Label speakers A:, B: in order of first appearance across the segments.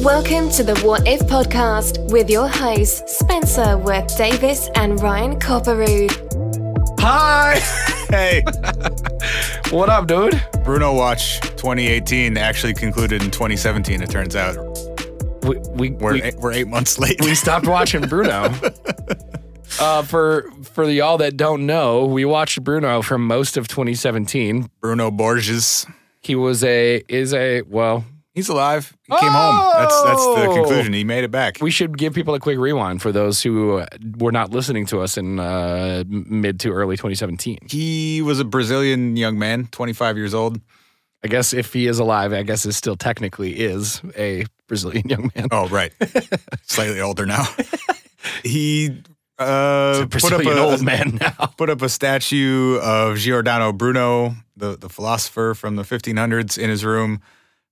A: Welcome to the What If podcast with your hosts, Spencer Worth Davis and Ryan Copperud.
B: Hi.
C: Hey,
B: What up, dude?
C: Bruno Watch 2018 actually concluded in 2017. It turns out
B: We we
C: we're
B: we,
C: eight, we're eight months late.
B: we stopped watching Bruno. Uh, for for y'all that don't know, we watched Bruno from most of 2017.
C: Bruno Borges,
B: He was a is a well.
C: he's alive. He came home. That's that's
B: Oh!
C: the conclusion. He made it back.
B: We should give people a quick rewind for those who uh, were not listening to us in uh, mid to early 2017.
C: he was a Brazilian young man, 25 years old.
B: I guess if he is alive, I guess it still technically is a Brazilian young man.
C: Oh, right, slightly older now. he uh,
B: a
C: put up
B: Brazilian
C: a
B: old man now.
C: put up a statue of Giordano Bruno, the, the philosopher from the 1500s, in his room.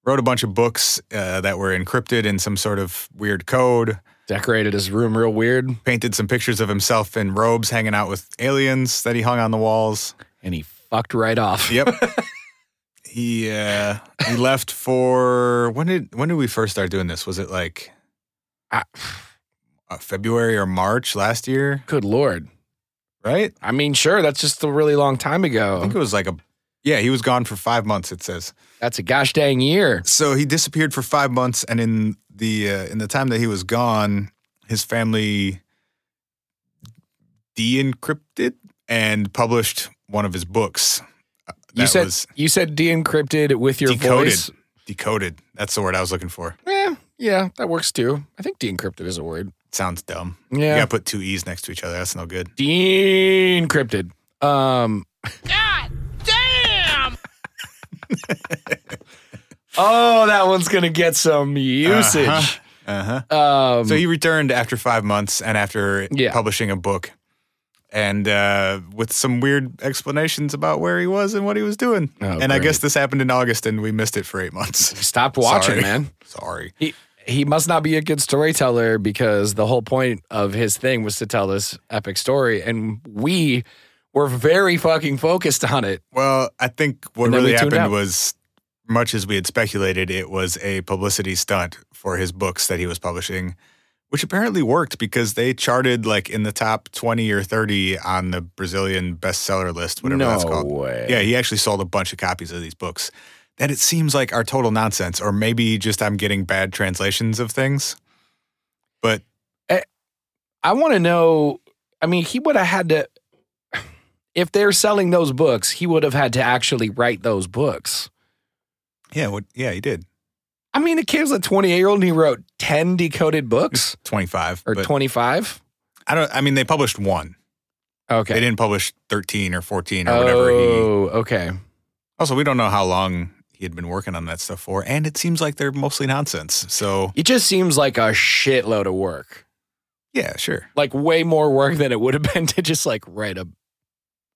C: Wrote a bunch of books uh, that were encrypted in some sort of weird code.
B: Decorated his room real weird,
C: Painted some pictures of himself in robes, hanging out with aliens that he hung on the walls.
B: and he fucked right off.
C: Yep. he uh, he left for when did when did we first start doing this? Was it like
B: Ah,
C: uh, February or March last year?
B: good lord.
C: Right?
B: I mean, sure, that's just a really long time
C: I
B: ago.
C: think it was like a yeah. He was gone for five months. It says.
B: That's a gosh dang year.
C: So he disappeared for five months, and in the uh, in the time that he was gone, his family de-encrypted and published one of his books. Uh,
B: You
C: that
B: said
C: was
B: you said de-encrypted with your
C: Decoded.
B: voice.
C: decoded. That's the word I was looking for.
B: Yeah, yeah, that works too. I think de-encrypted is a word.
C: Sounds dumb.
B: Yeah,
C: You gotta put two e's next to each other. That's no good.
B: de-encrypted. Um,
D: God damn!
B: oh, that one's gonna get some
C: Uh-huh.
B: usage.
C: Uh huh.
B: Um,
C: So he returned after five months and after
B: Yeah.
C: publishing a book, and uh, with some weird explanations about where he was and what he was doing.
B: Oh,
C: and I
B: great.
C: guess this happened in August, and we missed it for eight months.
B: stopped watching,
C: Sorry.
B: man.
C: Sorry.
B: He he must not be a good storyteller because the whole point of his thing was to tell this epic story, and we were very fucking focused on it.
C: Well, I think what
B: And then we
C: really
B: tuned out.
C: happened was, much as we had speculated, it was a publicity stunt for his books that he was publishing, which apparently worked because they charted like in the top 20 or 30 on the Brazilian bestseller list, whatever
B: no
C: that's called.
B: way.
C: Yeah, he actually sold a bunch of copies of these books that it seems like are total nonsense, or maybe just I'm getting bad translations of things. But
B: I want to know. I mean, he would have had to. If they're selling those books, he would have had to actually write those books.
C: yeah, what, yeah, he did.
B: I mean, the kid was a 28 year old and he wrote 10 decoded books
C: 25.
B: or
C: but
B: 25.
C: I don't, I mean, they published one.
B: Okay.
C: They didn't publish 13 or 14 or whatever he.
B: oh, okay.
C: Also, we don't know how long he had been working on that stuff for, and it seems like they're mostly nonsense. So,
B: It just seems like a shitload of work.
C: yeah, sure.
B: Like way more work than it would have been to just like write a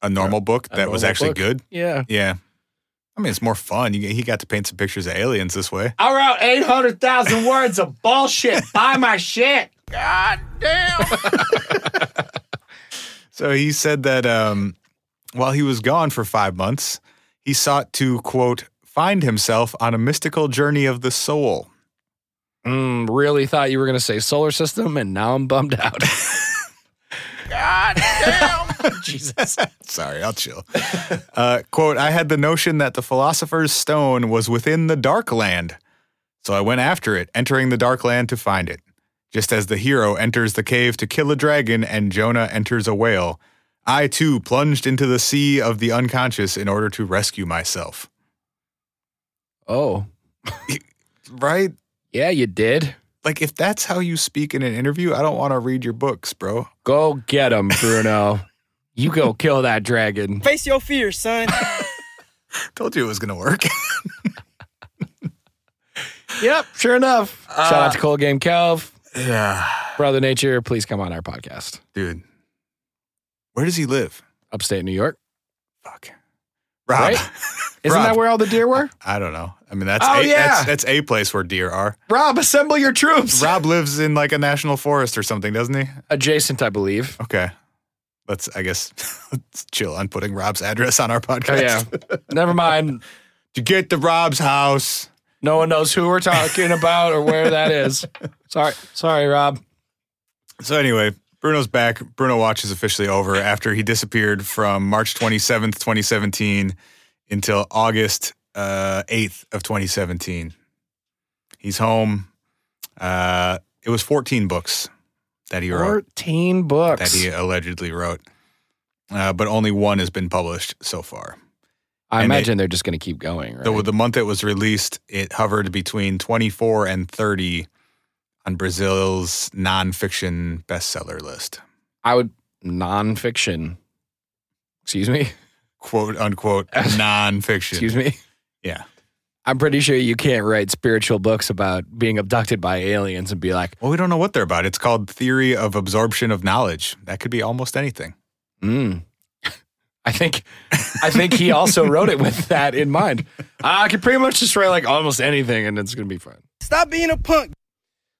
C: A normal book
B: A
C: that was
B: normal
C: actually
B: book.
C: good.
B: yeah.
C: Yeah. I mean, it's more fun. You, he got to paint some pictures of aliens this way.
B: I wrote 800,000 words of bullshit. Buy my shit.
D: God damn!
C: So he said that um, while he was gone for five months, he sought to, quote, find himself on a mystical journey of the soul.
B: Mm, really thought you were going to say solar system and now I'm bummed out.
D: God damn!
B: Jesus.
C: Sorry, I'll chill. uh, quote, I had the notion that the philosopher's stone was within the dark land. So I went after it, entering the dark land to find it. Just as the hero enters the cave to kill a dragon and Jonah enters a whale, I too plunged into the sea of the unconscious in order to rescue myself.
B: Oh,
C: Right?
B: yeah, you did.
C: Like, if that's how you speak in an interview, I don't want to read your books, bro.
B: Go get him, Bruno. you go kill that dragon.
E: Face your fears, son.
C: Told you it was going to work.
B: Yep, sure enough. Shout out to Cold Game Kelv.
C: yeah.
B: Brother Nature, please come on our podcast.
C: Dude, where does he live?
B: Upstate New York.
C: Fuck. Rob.
B: Right? Isn't
C: Rob.
B: that where all the deer were?
C: I don't know. I mean, that's
B: Oh,
C: a,
B: yeah.
C: that's, that's a place where deer are.
B: Rob, assemble your troops.
C: Rob lives in like a national forest or something, doesn't he?
B: Adjacent, I believe.
C: Okay, let's. I guess let's chill on putting Rob's address on our
B: Oh,
C: podcast.
B: yeah. Never mind.
C: to get to Rob's house,
B: No one knows who we're talking about or where that is. Sorry, sorry, Rob.
C: So anyway, Bruno's back. Bruno Watch is officially over after he disappeared from March 27th, 2017 until August uh, 8th of 2017. He's home. Uh, it was 14 books that he wrote
B: Fourteen books.
C: that he allegedly wrote. Uh, but only one has been published so far.
B: I
C: and
B: imagine they're just going to keep going. Right?
C: The, the month it was released, it hovered between 24 and 30 on Brazil's nonfiction bestseller list.
B: I would nonfiction. Excuse me.
C: quote unquote nonfiction.
B: Excuse me.
C: Yeah.
B: I'm pretty sure you can't write spiritual books about being abducted by aliens and be like,
C: Well, we don't know what they're about. It's called theory of absorption of knowledge. That could be almost anything.
B: mm. I think, I think he also wrote it with that in mind. I could pretty much just write like almost anything, and it's gonna be fun.
E: Stop being a punk.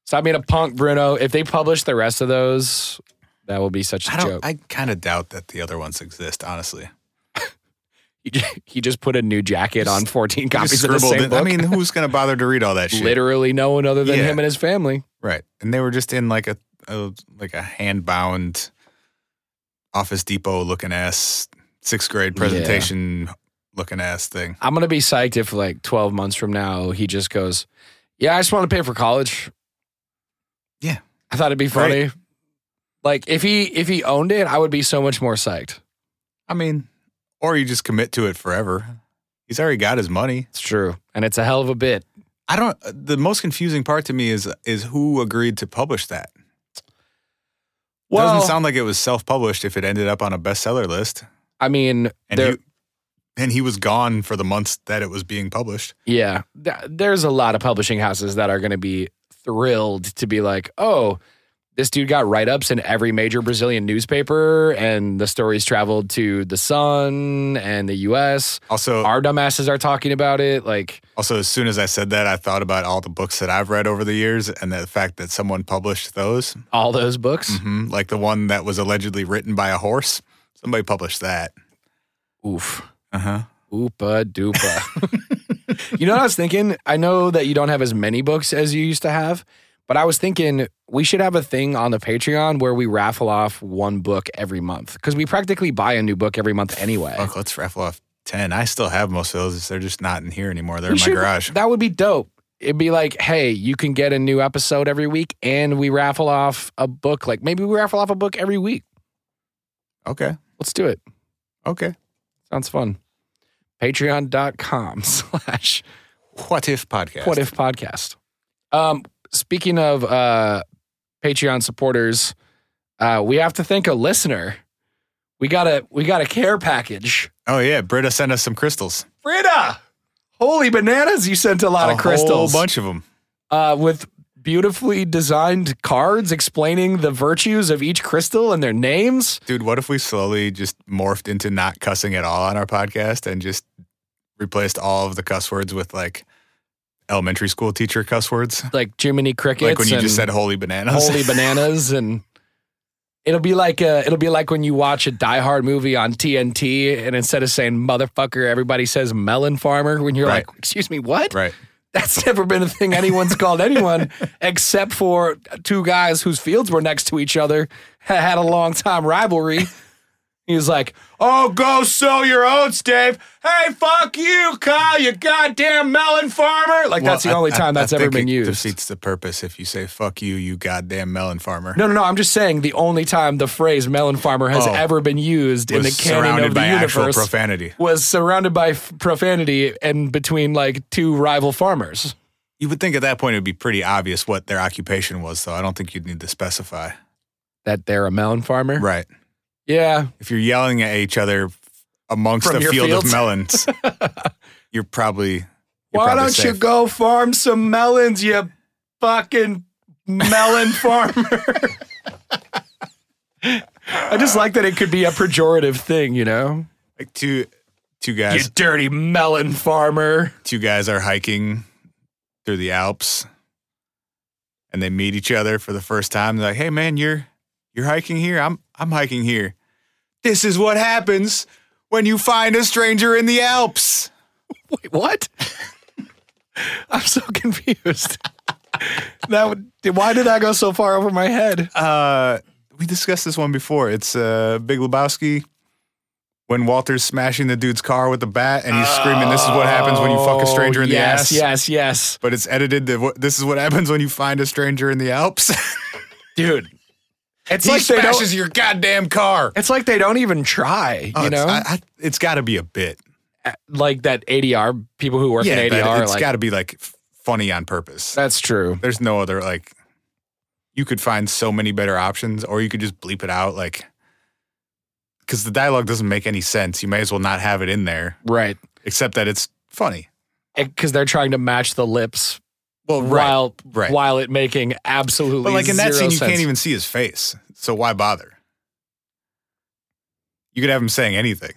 B: Stop being a punk, Bruno. If they publish the rest of those, that will be such a
C: I
B: joke.
C: don't. I kind of doubt that the other ones exist. Honestly,
B: he ju- he just put a new jacket on 14
C: You
B: copies
C: just
B: of the
C: scribbled
B: same
C: it.
B: book.
C: I mean, who's going to bother to read all that shit?
B: literally no one other than
C: Yeah.
B: him and his family.
C: Right. And they were just in like a, a like a hand bound Office Depot looking ass sixth grade presentation looking ass thing.
B: I'm gonna be psyched if like 12 months from now he just goes, "Yeah, I just want to pay for college."
C: Yeah.
B: I thought it'd be funny. Like if he if he owned it, I would be so much more psyched.
C: I mean, or you just commit to it forever. He's already got his money.
B: It's true, and it's a hell of a bit.
C: I don't. uh, The most confusing part to me is is who agreed to publish that.
B: Well,
C: Doesn't sound like it was self published if it ended up on a bestseller list.
B: I mean,
C: And
B: there,
C: he, and he was gone for the months that it was being published.
B: yeah, th- there's a lot of publishing houses that are gonna be thrilled to be like, oh. This dude got write ups in every major Brazilian newspaper, and the stories traveled to The Sun and the US.
C: Also,
B: Our dumbasses are talking about it. Like,
C: also as soon as I said that, I thought about all the books that I've read over the years and the fact that someone published those,
B: all those books.
C: Mhm. like the one that was allegedly written by a horse. Somebody published that.
B: Oof.
C: Uh huh.
B: Oopa dupa. you know what I was thinking? I know that you don't have as many books as you used to have, but I was thinking we should have a thing on the Patreon where we raffle off one book every month because we practically buy a new book every month anyway.
C: Fuck, let's raffle off ten. I still have most of those. They're just not in here anymore. They're
B: We
C: in my
B: should-
C: garage.
B: That would be dope. It'd be like, hey, you can get a new episode every week and we raffle off a book. Like maybe we raffle off a book every week.
C: okay.
B: Let's do it.
C: Okay.
B: Sounds fun. Patreon.com slash
C: What if podcast?
B: What If Podcast. Um, speaking of uh, Patreon supporters, uh, we have to thank a listener. We got a we got a care package.
C: Oh yeah, Britta sent us some crystals.
B: Frida, holy bananas! You sent a lot of crystals
C: whole bunch of them.
B: Uh, with beautifully designed cards explaining the virtues of each crystal and their names.
C: Dude, what if we slowly just morphed into not cussing at all on our podcast and just replaced all of the cuss words with like elementary school teacher cuss words?
B: Like Jiminy crickets,
C: like when you
B: and
C: just said holy bananas.
B: holy bananas, and it'll be like uh it'll be like when you watch a Die Hard movie on TNT, and instead of saying motherfucker, everybody says melon farmer. When you're
C: Right.
B: like, excuse me, what?
C: right.
B: That's never been a thing anyone's called anyone except for two guys whose fields were next to each other ha- had a long time rivalry. He was like, "Oh, go sow your oats, Dave. Hey, fuck you, Kyle. You goddamn melon farmer." Like that's the
C: Well, I-
B: only
C: I-
B: time that's
C: I
B: ever
C: think
B: been
C: it
B: used.
C: Defeats the purpose if you say "fuck you, you goddamn melon farmer."
B: No, no, no. I'm just saying the only time the phrase melon farmer has
C: Oh.
B: ever been used in the
C: Was
B: canon
C: surrounded
B: of the
C: by actual
B: universe
C: profanity.
B: was surrounded by f- profanity and between like two rival farmers.
C: You would think at that point it would be pretty obvious what their occupation was, though. I don't think you'd need to specify.
B: That they're a melon farmer?
C: Right.
B: Yeah.
C: if you're yelling at each other amongst
B: From
C: a
B: your
C: field
B: fields?
C: of melons, you're probably. You're
B: Why
C: probably
B: don't you
C: safe.
B: go farm some melons, you fucking melon farmer? I just like that it could be a pejorative thing, you know?
C: Like two, two
B: You
C: guys.
B: dirty melon farmer.
C: two guys are hiking through the Alps, and they meet each other for the first time. They're like, "Hey, man, you're you're hiking here. I'm I'm hiking here. This is what happens when you find a stranger in the Alps."
B: Wait, what? I'm so confused. that would, why did that go so far over my head?
C: Uh, we discussed this one before. It's uh, Big Lebowski when Walter's smashing the dude's car with the bat and he's screaming, This is what happens when you fuck a stranger in
B: Oh, yes,
C: the ass.
B: Yes, yes,
C: But it's edited to what this is what happens when you find a stranger in the Alps.
B: dude. It's
C: he
B: like they don't.
C: smashes your goddamn car.
B: It's like they don't even try.
C: Oh,
B: you know,
C: it's, I, I, it's got to be a bit.
B: like that ADR people who work in
C: but
B: ADR. are
C: it's
B: like,
C: got to be like f- funny on purpose.
B: that's true.
C: There's no other like. You could find so many better options, or you could just bleep it out, like, because the dialogue doesn't make any sense. You may as well not have it in there,
B: Right.
C: except that it's funny.
B: Because they're trying to match the lips
C: Well,
B: while
C: right.
B: while it making absolutely
C: but like in that
B: zero
C: scene, you
B: sense.
C: can't even see his face, so why bother? You could have him saying anything.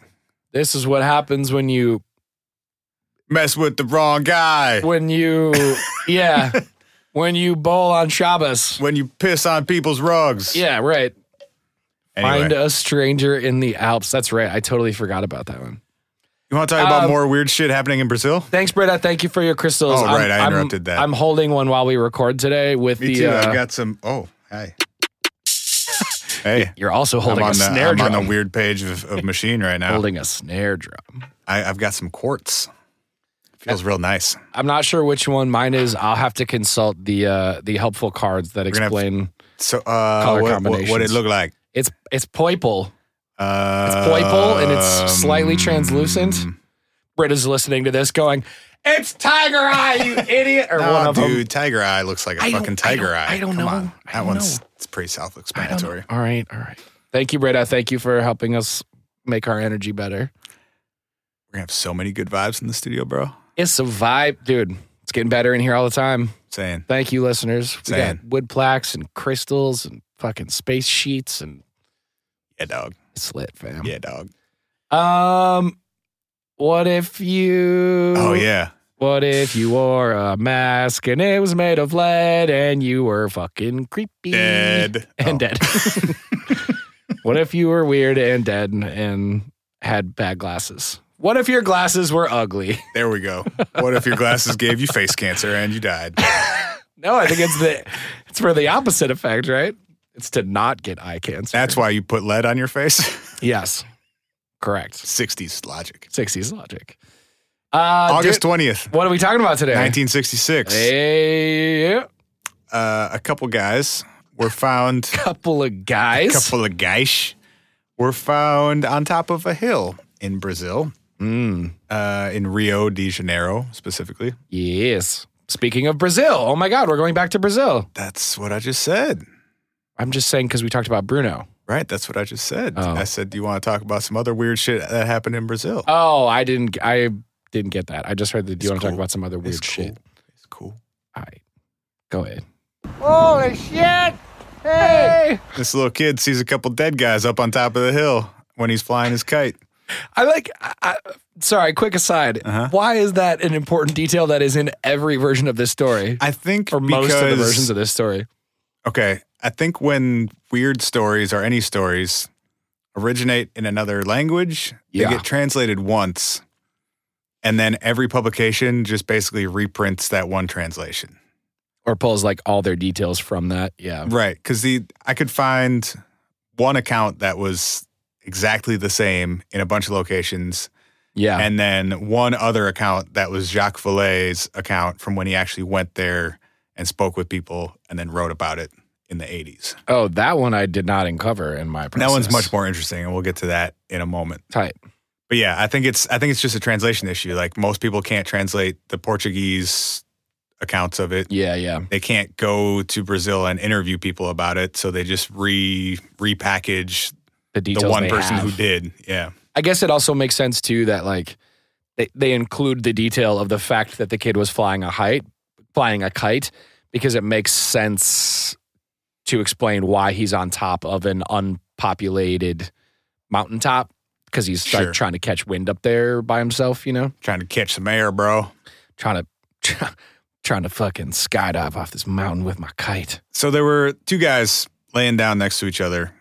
B: This is what happens when you
C: Mess with the wrong guy.
B: when you yeah when you bowl on Shabbos.
C: When you piss on people's rugs.
B: Yeah, uh, right.
C: Anyway,
B: Find a stranger in the Alps. That's right. I totally forgot about that one.
C: you want to talk about
B: um,
C: more weird shit happening in Brazil?
B: Thanks, Britta. Thank you for your crystals.
C: Oh,
B: I'm-
C: right, I
B: I'm-
C: interrupted that.
B: I'm holding one while we record today with
C: Me
B: the.
C: too.
B: uh,
C: I've got some. Oh, hi. hey,
B: you're also
C: I'm
B: holding
C: on,
B: a
C: the,
B: snare
C: I'm on
B: drum.
C: the weird page of, of machine right now.
B: Holding a snare drum.
C: I, I've got some quartz. Feels real nice.
B: I'm not sure which one mine is. I'll have to consult the uh, the helpful cards that
C: gonna have to-
B: explain.
C: So, uh, what, what,
B: Color
C: what it
B: combinations.
C: look like?
B: It's it's poiple.
C: Uh,
B: It's poiple and
C: Um,
B: it's slightly translucent. Britta's listening to this, going, "It's tiger eye, you idiot!" Or one
C: Oh,
B: of them.
C: dude, tiger eye looks like a
B: I don't-
C: fucking
B: I don't-
C: tiger eye.
B: I don't
C: Come
B: know.
C: On.
B: I
C: That
B: don't
C: one's
B: know.
C: it's pretty
B: I don't know.
C: self-explanatory.
B: All right, all right. Thank you, Britta. Thank you for helping us make our energy better.
C: We're gonna have so many good vibes in the studio, bro.
B: It's a vibe, dude. It's getting better in here all the time.
C: Saying
B: Thank you, listeners. We
C: Saying.
B: got wood plaques and crystals and fucking space sheets and
C: yeah, dog.
B: it's lit, fam.
C: Yeah, dog.
B: Um, what if you?
C: Oh yeah.
B: What if you wore a mask and it was made of lead and you were fucking creepy
C: Dead.
B: and
C: Oh.
B: dead? what if you were weird and dead and, and had bad glasses? What if your glasses were ugly?
C: There we go. What if your glasses gave you face cancer and you died?
B: No, I think it's the it's for the opposite effect, right? It's to not get eye cancer.
C: That's why you put lead on your face.
B: yes, correct.
C: 60s logic.
B: Sixties logic. Uh,
C: August
B: dude,
C: 20th,
B: what are we talking about today?
C: 1966.
B: Hey,
C: Uh, a couple guys were found,
B: couple of guys.
C: couple of guys were found on top of a hill in Brazil,
B: Mm,
C: uh, in Rio de Janeiro specifically.
B: yes. Speaking of Brazil, oh my God, we're going back to Brazil.
C: That's what I just said.
B: I'm just saying because we talked about Bruno.
C: Right, that's what I just said.
B: Oh.
C: I said, "Do you want to talk about some other weird shit that happened in Brazil?"
B: Oh, I didn't. I didn't get that. I just heard that. Do you
C: It's
B: want to talk
C: cool.
B: about some other weird
C: it's cool.
B: shit?
C: It's cool.
B: All right, go ahead.
D: Holy shit! Hey!
C: This little kid sees a couple dead guys up on top of the hill when he's flying his kite.
B: I like. I, I, sorry, quick aside.
C: Uh-huh.
B: Why is that an important detail that is in every version of this story,
C: I think
B: or most of the
C: because-
B: versions of this story?
C: Okay. I think when weird stories or any stories originate in another language,
B: Yeah.
C: they get translated once. And then every publication just basically reprints that one translation.
B: Or pulls like all their details from that. Yeah.
C: Right. Cause the I could find one account that was exactly the same in a bunch of locations.
B: Yeah.
C: And then one other account that was Jacques Vallée's account from when he actually went there and spoke with people and then wrote about it in the 80s.
B: oh, that one I did not uncover in my process.
C: That one's much more interesting, and we'll get to that in a moment.
B: tight.
C: But yeah, I think it's I think it's just a translation issue. Like most people can't translate the Portuguese accounts of it.
B: Yeah. Yeah.
C: They can't go to Brazil and interview people about it, so they just re repackage
B: The details.
C: the one
B: they
C: person
B: have.
C: who did. Yeah,
B: I guess it also makes sense too that like they, they include the detail of the fact that the kid was flying a height flying a kite because it makes sense to explain why he's on top of an unpopulated mountaintop because he's
C: Sure.
B: like trying to catch wind up there by himself, you know,
C: trying to catch some air, bro.
B: trying to trying to fucking skydive off this mountain with my kite.
C: So there were two guys laying down next to each other,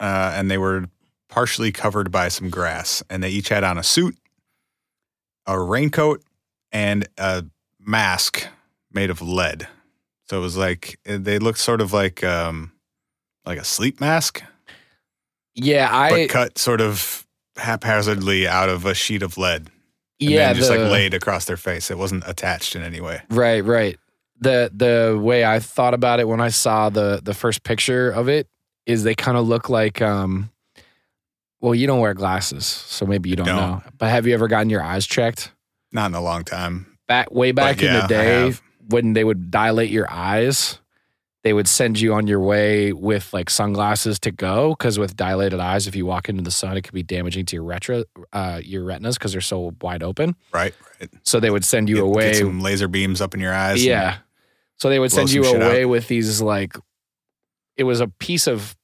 C: uh, and they were partially covered by some grass, and they each had on a suit, a raincoat, and a mask made of lead. So it was like eh, they looked sort of like um like a sleep mask,
B: Yeah,
C: but
B: I
C: cut sort of haphazardly out of a sheet of lead. And
B: yeah
C: then just
B: the-
C: like laid across their face. It wasn't attached in any way.
B: Right, right. The the way I thought about it when I saw the the first picture of it is they kind of look like um well, you don't wear glasses, so maybe you don't,
C: don't.
B: know. But have you ever gotten your eyes checked?
C: Not in a long time.
B: Back way back in
C: yeah,
B: the
C: I
B: day
C: have.
B: when they would dilate your eyes, they would send you on your way with like sunglasses to go cuz with dilated eyes if you walk into the sun it could be damaging to your retra uh your retinas cuz they're so wide open.
C: Right. right.
B: So they would send you
C: Get- get
B: away
C: some laser beams up in your eyes. and-
B: yeah. So they would
C: blow
B: send you
C: some shit
B: away with these like it was a piece of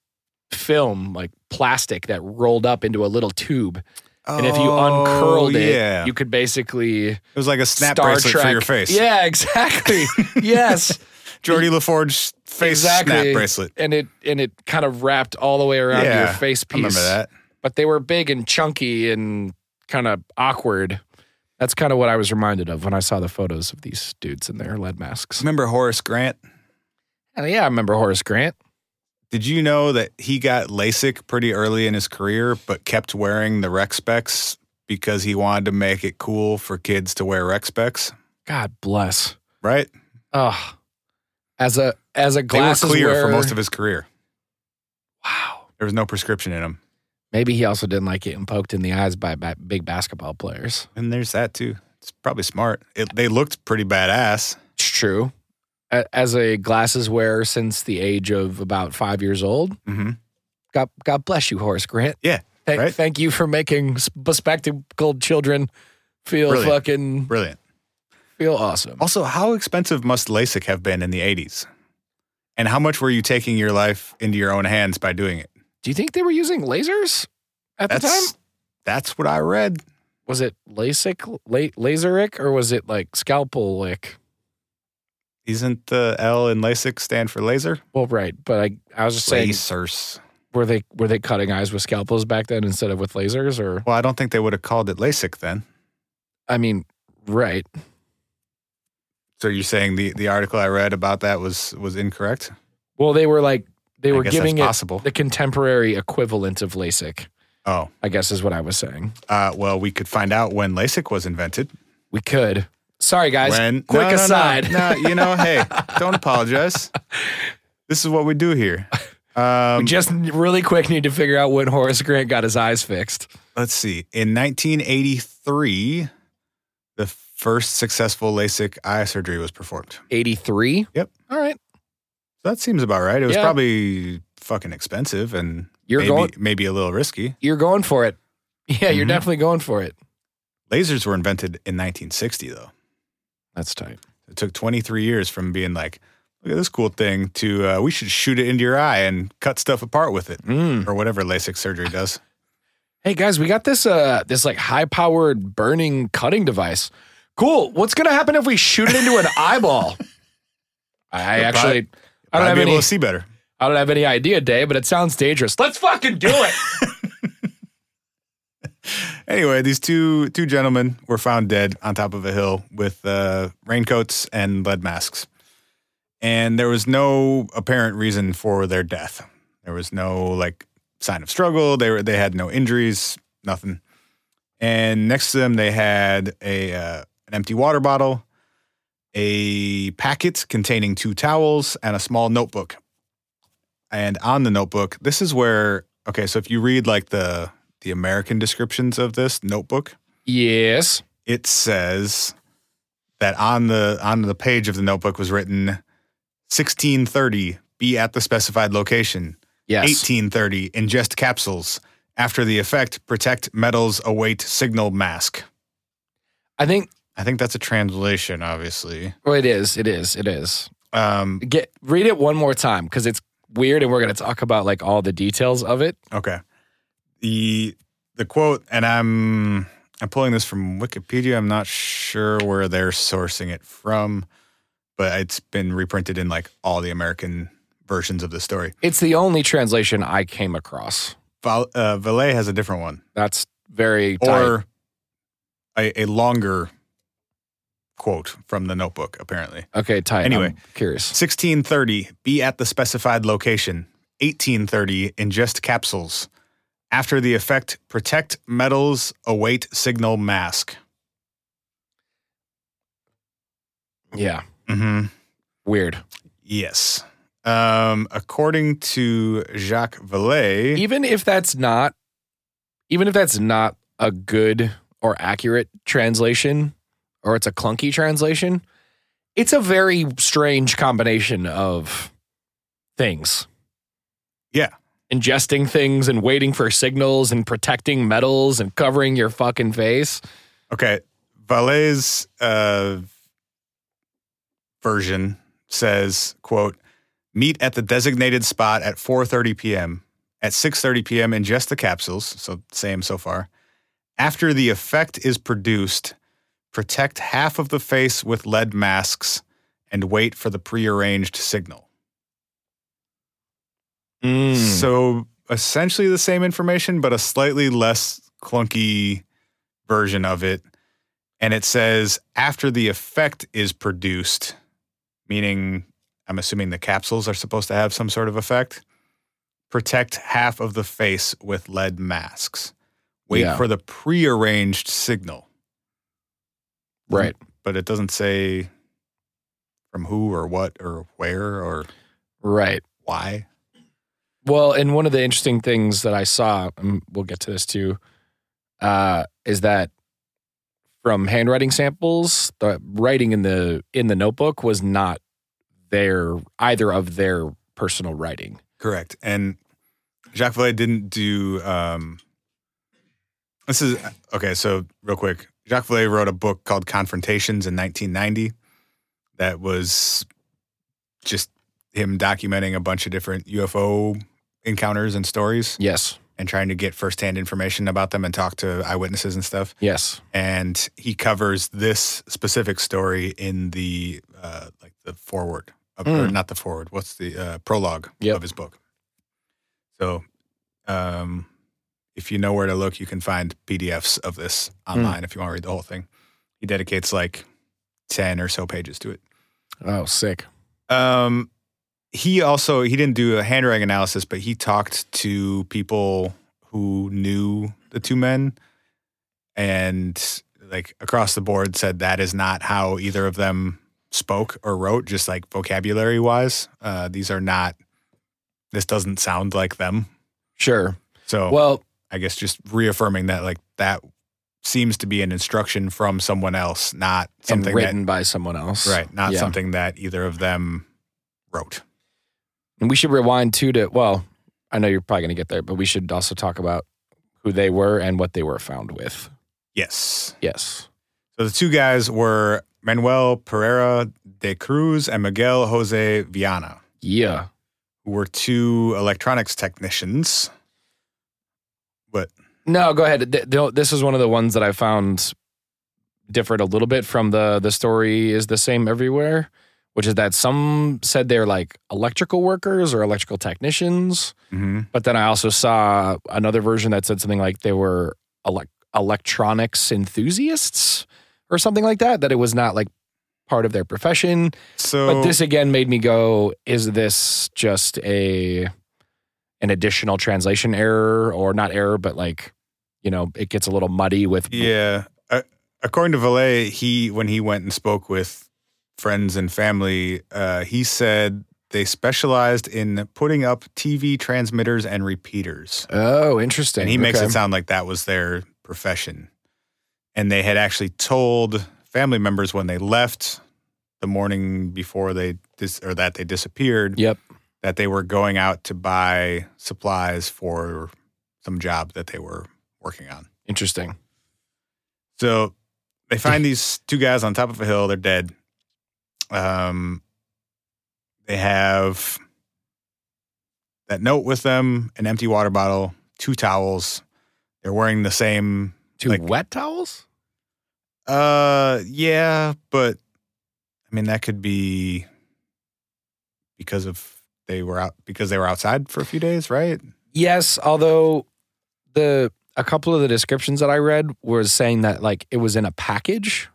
B: film like plastic that rolled up into a little tube and if you
C: Oh,
B: uncurled it
C: yeah.
B: you could basically
C: it was like a snap
B: Star
C: bracelet
B: Trek
C: for your face.
B: Yeah, exactly. yes.
C: Geordie LaForge's face
B: Exactly.
C: snap bracelet.
B: And it and it kind of wrapped all the way around
C: Yeah,
B: your face piece.
C: I remember that.
B: But they were big and chunky and kind of awkward. That's kind of what I was reminded of when I saw the photos of these dudes in their lead masks.
C: Remember Horace Grant?
B: And yeah, I remember Horace Grant.
C: Did you know that he got LASIK pretty early in his career, but kept wearing the rec specs because he wanted to make it cool for kids to wear rec specs?
B: God bless.
C: Right?
B: Oh, as a as a
C: They were
B: glasses
C: clear
B: wearer,
C: for most of his career.
B: wow.
C: There was no prescription in them.
B: Maybe he also didn't like getting poked in the eyes by ba- big basketball players.
C: And there's that too. It's probably smart. It, they looked pretty badass.
B: It's true. A- As a glasses wearer since the age of about five years old,
C: Mm-hmm.
B: God, God bless you, Horace Grant.
C: Yeah,
B: Thank,
C: right?
B: thank you for making s- bespectacled children feel
C: Brilliant.
B: fucking
C: Brilliant.
B: feel awesome.
C: Also, how expensive must LASIK have been in the 80s? And how much were you taking your life into your own hands by doing it?
B: Do you think they were using lasers at the
C: That's
B: time?
C: that's what I read.
B: Was it LASIK, la- laseric, or was it like scalpel lick?
C: Isn't the L in LASIK stand for laser?
B: Well, right, but I I was just saying
C: Lasers.
B: were they were they cutting eyes with scalpels back then instead of with lasers or
C: Well, I don't think they would have called it LASIK then.
B: I mean, right.
C: So you're saying the, the article I read about that was was incorrect?
B: Well, they were like they
C: I
B: were
C: guess
B: giving
C: that's
B: it
C: possible.
B: the contemporary equivalent of LASIK,
C: Oh,
B: I guess is what I was saying.
C: uh, well, we could find out when LASIK was invented.
B: We could. Sorry guys,
C: when
B: quick
C: No, no, no.
B: aside.
C: No, you know, hey, don't apologize. This is what we do here. Um,
B: We just really quick need to figure out when Horace Grant got his eyes fixed.
C: let's see. In 1983, the first successful LASIK eye surgery was performed.
B: 83?
C: Yep.
B: All right.
C: So that seems about right. It was
B: Yeah.
C: probably fucking expensive and
B: You're
C: maybe,
B: going
C: maybe a little risky.
B: you're going for it. Yeah, you're
C: Mhm.
B: definitely going for it.
C: Lasers were invented in 1960, though.
B: That's tight.
C: It took 23 years from being like, look at this cool thing to uh, we should shoot it into your eye and cut stuff apart with it
B: Mm.
C: or whatever LASIK surgery does.
B: Hey guys, we got this uh this like high powered burning cutting device. Cool. What's gonna happen if we shoot it into an eyeball? I
C: You'll
B: actually I
C: I'd
B: don't have
C: be
B: any
C: able to see better.
B: I don't have any idea, Dave, but it sounds dangerous. Let's fucking do it.
C: Anyway, these two two gentlemen were found dead on top of a hill with uh, raincoats and lead masks, and there was no apparent reason for their death. There was no like sign of struggle. They were they had no injuries, nothing. And next to them, they had a uh, an empty water bottle, a packet containing two towels, and a small notebook. And on the notebook, this is where okay. So if you read like the the American descriptions of this notebook,
B: yes.
C: it says that on the on the page of the notebook was written 1630 be at the specified location,
B: Yes.
C: 1830 ingest capsules. After the effect, protect metals await signal mask.
B: I think
C: I think that's a translation, obviously.
B: well, it is, it is, it is.
C: Um,
B: Get read it one more time because it's weird and we're gonna talk about like all the details of it.
C: okay. The the quote, and I'm I'm pulling this from Wikipedia. I'm not sure where they're sourcing it from, but it's been reprinted in like all the American versions of the story.
B: It's the only translation I came across.
C: Val, uh, Valet has a different one,
B: That's very tight.
C: or a, a longer quote from the notebook, apparently.
B: Okay, tight.
C: Anyway.
B: I'm curious.
C: 1630, be at the specified location. 1830, ingest capsules. After the effect, protect metals, await signal mask.
B: Yeah,
C: Mm-hmm.
B: weird.
C: Yes. Um, according to Jacques Vallée,
B: even if that's not even if that's not a good or accurate translation or it's a clunky translation it's a very strange combination of things
C: Yeah.
B: ingesting things and waiting for signals and protecting metals and covering your fucking face
C: okay, Vallée's uh, version says, quote, meet at the designated spot at 4.30 p.m. At 6.30 p.m., ingest the capsules, so same so far. After the effect is produced, protect half of the face with lead masks and wait for the prearranged signal. Mm.
B: So-
C: So essentially the same information, but a slightly less clunky version of it. And it says after the effect is produced, meaning I'm assuming the capsules are supposed to have some sort of effect, protect half of the face with lead masks. Wait
B: Yeah.
C: for the prearranged signal.
B: right
C: But it doesn't say from who or what or where or
B: right
C: why.
B: Well, and one of the interesting things that I saw, and we'll get to this too, uh, is that from handwriting samples, the writing in the in the notebook was not their either of their personal writing.
C: Correct. And Jacques Vallée didn't do. Um, this is okay. So real quick, Jacques Vallée wrote a book called Confrontations in 1990. That was just him documenting a bunch of different UFO encounters and stories,
B: Yes,
C: and trying to get firsthand information about them and talk to eyewitnesses and stuff
B: yes,
C: and he covers this specific story in the uh, like the forward of, or
B: Mm.
C: not the forward what's the uh, prologue
B: Yep.
C: of his book so um, if you know where to look you can find pdfs of this
B: Mm.
C: online if you want to read the whole thing he dedicates like 10 or so pages to it
B: oh, sick.
C: um, he also he didn't do a handwriting analysis, but he talked to people who knew the two men, and like across the board said that is not how either of them spoke or wrote. Just like vocabulary wise, uh, these are not. This doesn't sound like them.
B: Sure.
C: So
B: Well,
C: I guess just reaffirming that like that seems to be an instruction from someone else, not
B: and
C: something that
B: written by someone else,
C: right, not
B: Yeah.
C: something that either of them wrote.
B: And we should rewind too to well, I know you're probably going to get there, but we should also talk about who they were and what they were found with.
C: Yes.
B: Yes.
C: So the two guys were Manuel Pereira de Cruz and Miguel Jose Viana,
B: Yeah.
C: who were two electronics technicians. But
B: No, go ahead. Th- th- This is one of the ones that I found differed a little bit from the the story is the same everywhere, which is that some said they're like electrical workers or electrical technicians, but then I also saw another version that said something like they were elec electronics enthusiasts or something like that. That it was not like part of their profession.
C: so
B: But this again made me go, is this just a an additional translation error or not error, but like, you know, it gets a little muddy with
C: yeah, uh, according to Valet, he when he went and spoke with friends and family, uh, he said they specialized in putting up TV transmitters and repeaters.
B: Oh, interesting.
C: And he makes
B: Okay.
C: it sound like that was their profession. And they had actually told family members when they left the morning before they dis- or that they disappeared
B: Yep.
C: that they were going out to buy supplies for some job that they were working on.
B: Interesting.
C: So they find these two guys on top of a hill. They're dead. Um, they have that note with them, an empty water bottle, two towels. They're wearing the same.
B: Two
C: Like-
B: wet towels?
C: Uh, yeah, but I mean that could be because of they were out because they were outside for a few days, right?
B: Yes, although the a couple of the descriptions that I read was saying that like it was in a package.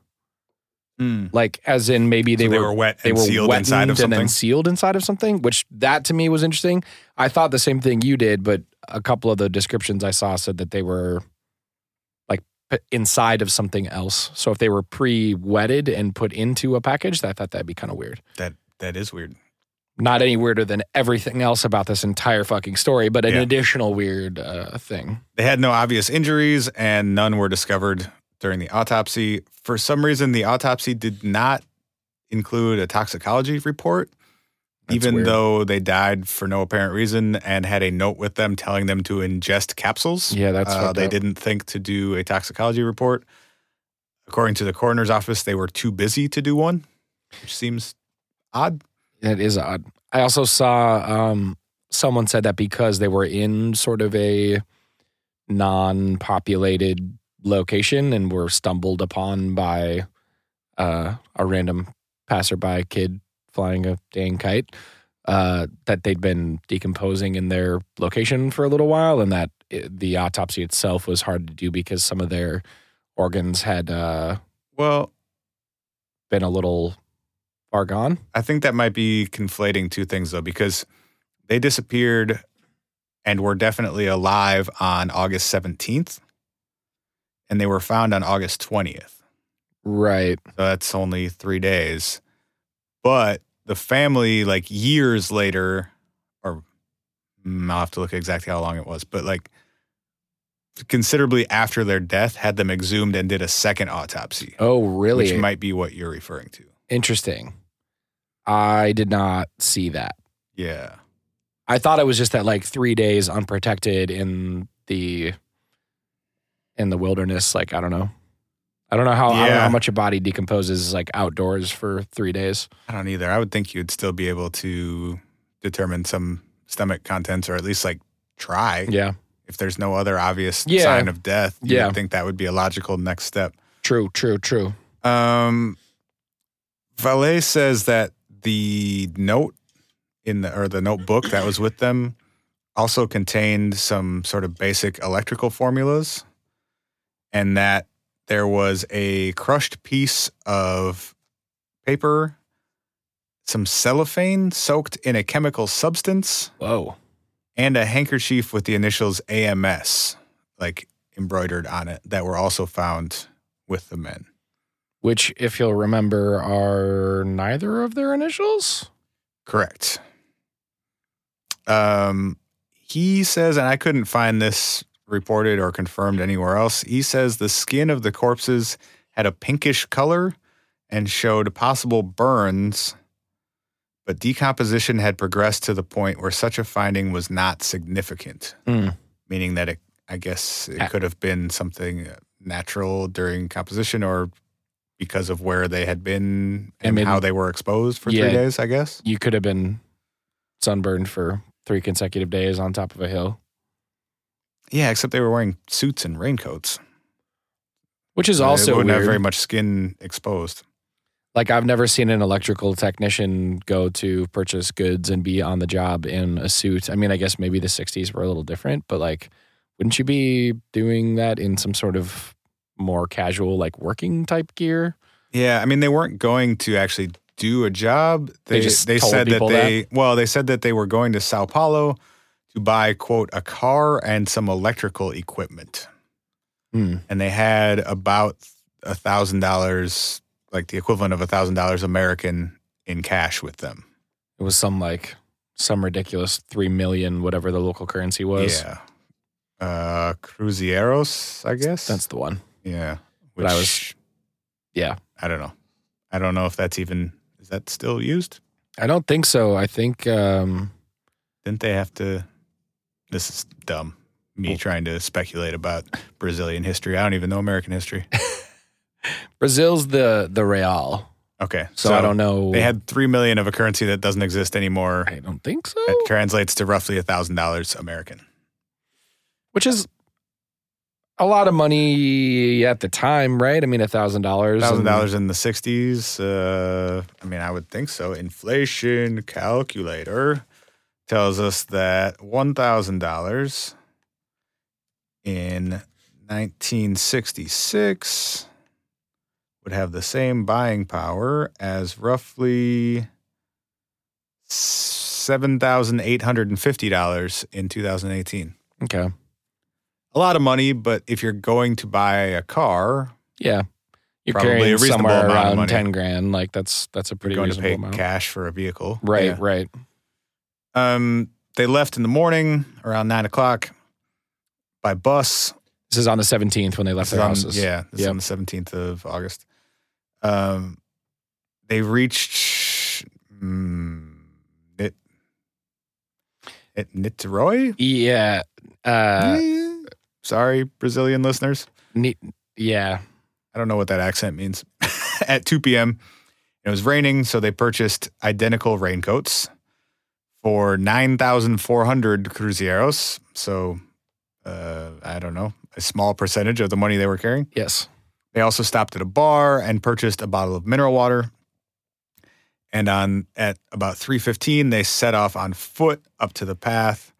B: Like, as in maybe Hmm. they,
C: they
B: were,
C: were wet and sealed inside of
B: wettened and then
C: something?
B: sealed inside of something, which that to me was interesting. I thought the same thing you did, but a couple of the descriptions I saw said that they were like put inside of something else. So if they were pre-wetted and put into a package, I thought that'd be kind of weird.
C: That that is weird.
B: Not any weirder than everything else about this entire fucking story, but an
C: Yeah.
B: additional weird uh, thing.
C: They had no obvious injuries and none were discovered during the autopsy. For some reason, the autopsy did not include a toxicology report,
B: That's
C: even
B: weird.
C: though they died for no apparent reason and had a note with them telling them to ingest capsules.
B: Yeah, that's
C: Uh,
B: fucked
C: they
B: up.
C: didn't think to do a toxicology report. According to the coroner's office, they were too busy to do one, which seems odd.
B: That is odd. I also saw um, someone said that because they were in sort of a non-populated location and were stumbled upon by uh, a random passerby kid flying a dang kite, uh, that they'd been decomposing in their location for a little while, and that it, the autopsy itself was hard to do because some of their organs had uh,
C: Well,
B: been a little far gone.
C: I think that might be conflating two things though, because they disappeared and were definitely alive on August 17th, and they were found on August 20th.
B: Right.
C: So that's only three days. But the family, like years later, or mm, I'll have to look at exactly how long it was, but like considerably after their death, had them exhumed and did a second autopsy,
B: Oh, really?
C: which might be what you're referring to.
B: Interesting. I did not see that.
C: Yeah.
B: I thought it was just that like three days unprotected in the in the wilderness. Like I don't know. I don't know how I don't know
C: Yeah.
B: how much a body decomposes like outdoors for three days.
C: I don't either. I would think you'd still be able to determine some stomach contents or at least like try.
B: Yeah.
C: If there's no other obvious
B: Yeah.
C: sign of death, you
B: Yeah.
C: would think that would be a logical next step.
B: True, true, true.
C: Um, Valet says that the note in the or the notebook that was with them also contained some sort of basic electrical formulas, and that there was a crushed piece of paper, some cellophane soaked in a chemical substance,
B: Whoa.
C: and a handkerchief with the initials AMS, like embroidered on it, that were also found with the men.
B: Which, if you'll remember, are neither of their initials?
C: Correct. Um, he says, and I couldn't find this reported or confirmed anywhere else. He says the skin of the corpses had a pinkish color and showed possible burns, but decomposition had progressed to the point where such a finding was not significant,
B: Hmm.
C: meaning that it, I guess, it
B: Ah.
C: could have been something natural during composition or because of where they had been
B: I
C: and
B: mean,
C: how they were exposed for
B: yeah.
C: three days, I guess.
B: You could have been sunburned for three consecutive days on top of a hill.
C: Yeah, except they were wearing suits and raincoats.
B: Which is also
C: they wouldn't
B: weird.
C: have very much skin exposed.
B: Like I've never seen an electrical technician go to purchase goods and be on the job in a suit. I mean, I guess maybe the 60s were a little different, but like wouldn't you be doing that in some sort of more casual like working type gear?
C: Yeah, I mean they weren't going to actually do a job.
B: They
C: They
B: just
C: they
B: told
C: said that
B: people
C: they well they said that they were going to Sao Paulo to buy quote a car and some electrical equipment,
B: Hmm.
C: and they had about a thousand dollars, like the equivalent of a thousand dollars American in cash with them.
B: It was some like some ridiculous 3 million whatever the local currency was.
C: Yeah, uh, Cruzieros, I guess
B: That's the one.
C: Yeah.
B: But I was- yeah.
C: I don't know. I don't know if that's even is that still used?
B: I don't think so. I think um
C: Didn't they have to this is dumb. Me trying to speculate about Brazilian history. I don't even know American history.
B: Brazil's the the real.
C: Okay.
B: So, I don't know.
C: They had three million of a currency that doesn't exist anymore.
B: I don't think so.
C: That translates to roughly a thousand dollars American.
B: which is a lot of money at the time, right? I mean, a thousand dollars,
C: Thousand dollars in the sixties. Uh, I mean, I would think so. Inflation calculator tells us that one thousand dollars in nineteen sixty six would have the same buying power as roughly $7,850 in 2018.
B: Okay.
C: A lot of money, but if you're going to buy a car,
B: Yeah. You're
C: Probably
B: carrying
C: a reasonable
B: somewhere
C: amount of
B: around
C: money.
B: ten grand. Like that's that's a pretty
C: you're going to
B: reasonable
C: pay
B: amount.
C: cash for a vehicle.
B: Right,
C: Yeah.
B: right.
C: Um, they left in the morning around nine o'clock by bus.
B: This is on the seventeenth when they left
C: This is
B: their
C: on-
B: houses.
C: Yeah, this is
B: Yep.
C: on the seventeenth of August. Um, they reached mm, it, it Niterói.
B: Yeah. Uh,
C: Eh, Sorry, Brazilian listeners.
B: ne- yeah.
C: I don't know what that accent means. At two p.m., it was raining, so they purchased identical raincoats for nine thousand four hundred cruzeiros. So, uh, I don't know, a small percentage of the money they were carrying.
B: Yes.
C: They also stopped at a bar and purchased a bottle of mineral water. And on at about 3:15 they set off on foot up to the path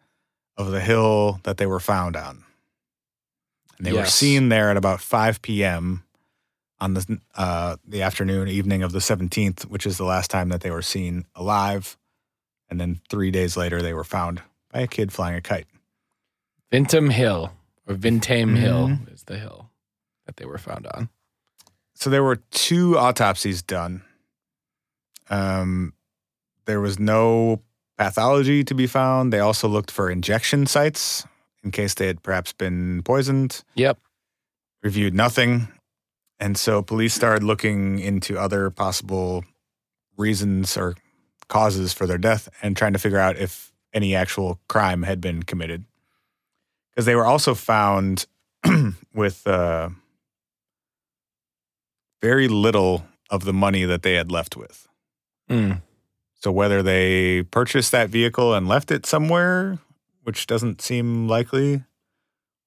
C: of the hill that they were found on. And they were
B: Yes.
C: seen there at about 5 p.m. on the uh, the afternoon evening of the 17th, which is the last time that they were seen alive. And then 3 days later they were found by a kid flying a kite.
B: Vintum Hill or Vintame Hill
C: Mhm.
B: is the hill that they were found on.
C: so there were two autopsies done. Um, there was no pathology to be found. They also looked for injection sites in case they had perhaps been poisoned.
B: Yep.
C: Reviewed nothing, and so police started looking into other possible reasons or causes for their death and trying to figure out if any actual crime had been committed. Because they were also found with. Uh, very little of the money that they had left with.
B: Mm.
C: So whether they purchased that vehicle and left it somewhere, which doesn't seem likely,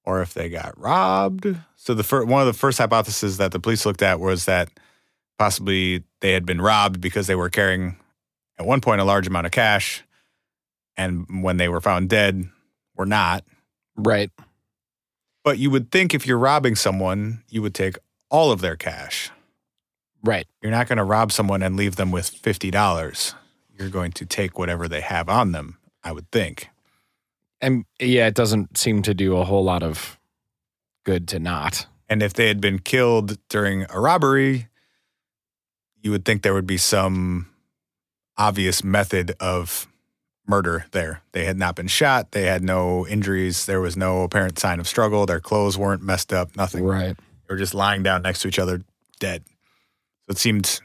C: or if they got robbed. So the fir- one of the first hypotheses that the police looked at was that possibly they had been robbed because they were carrying at one point a large amount of cash and when they were found dead were not.
B: Right.
C: But you would think if you're robbing someone, you would take all of their cash.
B: Right.
C: you're not going to rob someone and leave them with $50. You're going to take whatever they have on them, I would think.
B: And yeah, it doesn't seem to do a whole lot of good to not.
C: And if they had been killed during a robbery, you would think there would be some obvious method of murder there. They had not been shot, they had no injuries, there was no apparent sign of struggle, their clothes weren't messed up, nothing.
B: Right.
C: They were just lying down next to each other dead. So it seemed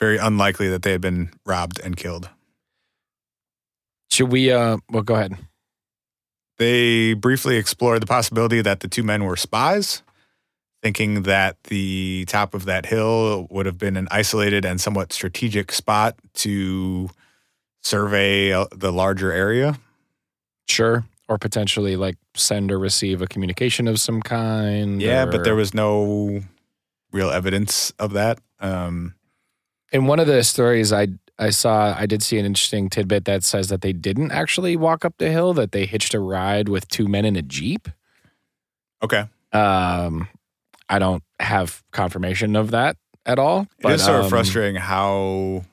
C: very unlikely that they had been robbed and killed.
B: Should we uh well go ahead.
C: They briefly explored the possibility that the two men were spies, thinking that the top of that hill would have been an isolated and somewhat strategic spot to survey uh, the larger area.
B: Sure. Or potentially like send or receive a communication of some kind.
C: Yeah, but there
B: or-
C: was no real evidence of that. Um,
B: in one of the stories I I saw I did see an interesting tidbit that says that they didn't actually walk up the hill, that they hitched a ride with two men in a Jeep.
C: okay.
B: Um I don't have confirmation of that at all.
C: It is sort of
B: um,
C: frustrating how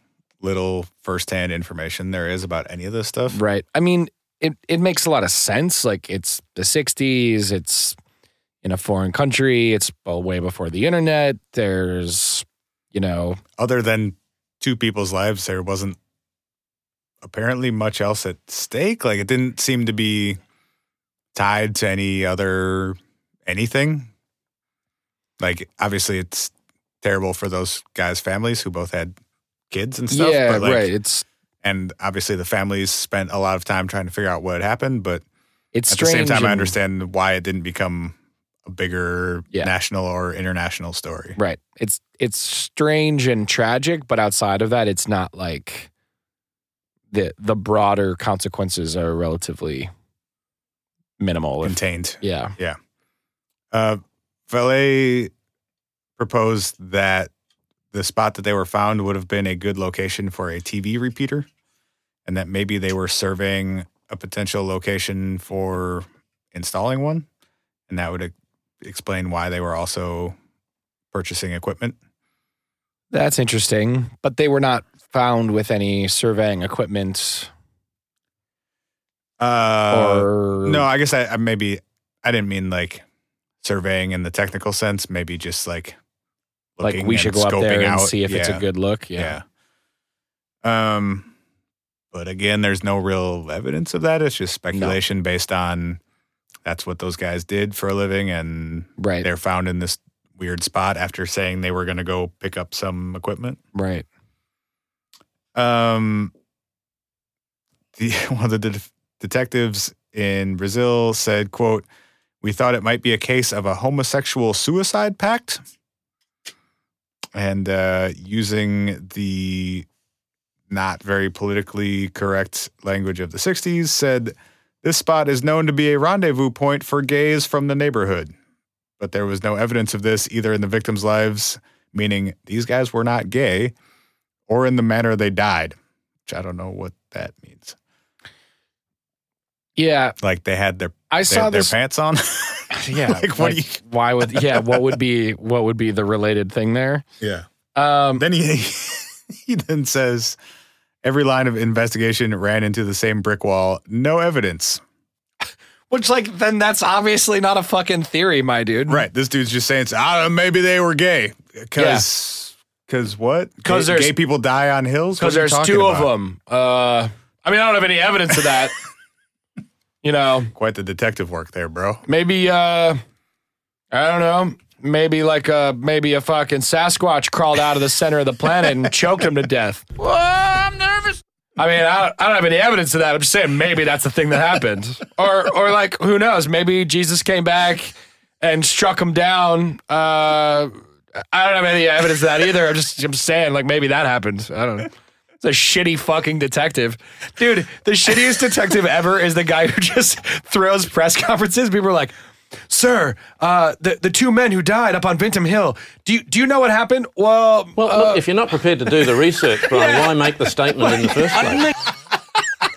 C: little firsthand information there is about any of this stuff.
B: Right. I mean, it, it makes a lot of sense. Like it's the sixties, it's in a foreign country, it's well, way before the internet. There's you know,
C: other than two people's lives, there wasn't apparently much else at stake. Like it didn't seem to be tied to any other anything. Like obviously, it's terrible for those guys' families who both had kids and stuff.
B: yeah,
C: but like,
B: right. It's
C: And obviously, the families spent a lot of time trying to figure out what had happened. But
B: it's
C: at
B: strange
C: the same time, I
B: and-
C: understand why it didn't become a bigger
B: Yeah.
C: national or international story.
B: Right. It's it's strange and tragic, but outside of that, it's not like the the broader consequences are relatively minimal. If,
C: Contained.
B: yeah.
C: Uh, Valet proposed that the spot that they were found would have been a good location for a TV repeater, and that maybe they were surveying a potential location for installing one, and that would e- explain why they were also purchasing equipment.
B: That's interesting. But they were not found with any surveying equipment
C: Uh,
B: or
C: no, I guess I, I maybe I didn't mean like surveying in the technical sense. Maybe just like
B: like
C: looking
B: we
C: and
B: should go up there
C: scoping
B: and
C: out.
B: see if it's a
C: Yeah,
B: good look. Yeah.
C: Yeah. Um, but again, there's no real evidence of that. It's just speculation based on that's what those guys did for a living, and
B: Right.
C: they're found in this weird spot after saying they were going to go pick up some equipment.
B: Right.
C: Um, the one of the de- detectives in Brazil said, "quote We thought it might be a case of a homosexual suicide pact." And uh, using the not very politically correct language of the 60s, said, This spot is known to be a rendezvous point for gays from the neighborhood. But there was no evidence of this either in the victims' lives, meaning these guys were not gay, or in the manner they died, which I don't know what that means.
B: Yeah.
C: Like they had their
B: I saw
C: their, their
B: this.
C: pants on.
B: yeah.
C: like, what do you-
B: why would yeah, what would be what would be the related thing there?
C: yeah.
B: Um
C: Then he he then says every line of investigation ran into the same brick wall. No evidence.
B: which like then that's obviously not a fucking theory, my dude.
C: Right. This dude's just saying, ah, maybe they were gay because because what?
B: 'Cause
C: gay,
B: there's-
C: gay people die on hills.
B: Because
C: What are you
B: there's
C: talking
B: two of
C: about?
B: them. Uh I mean I don't have any evidence of that. you know,
C: Quite the detective work there, bro.
B: maybe uh I don't know. Maybe like uh maybe a fucking Sasquatch crawled out of the center of the planet and choked him to death.
D: Whoa, I'm nervous.
B: I mean, I don't, I don't have any evidence of that. I'm just saying maybe that's the thing that happened, or or like who knows? Maybe Jesus came back and struck him down. Uh, I don't have any evidence of that either. I'm just I'm saying like maybe that happened. I don't know. It's a shitty fucking detective, dude. The shittiest detective ever is the guy who just throws press conferences. People are like. Sir, uh, the the two men who died up on Vintum Hill. Do you do you know what happened? Well,
E: Well, look, if you're not prepared to do the research, Brian, why make the statement in the first place?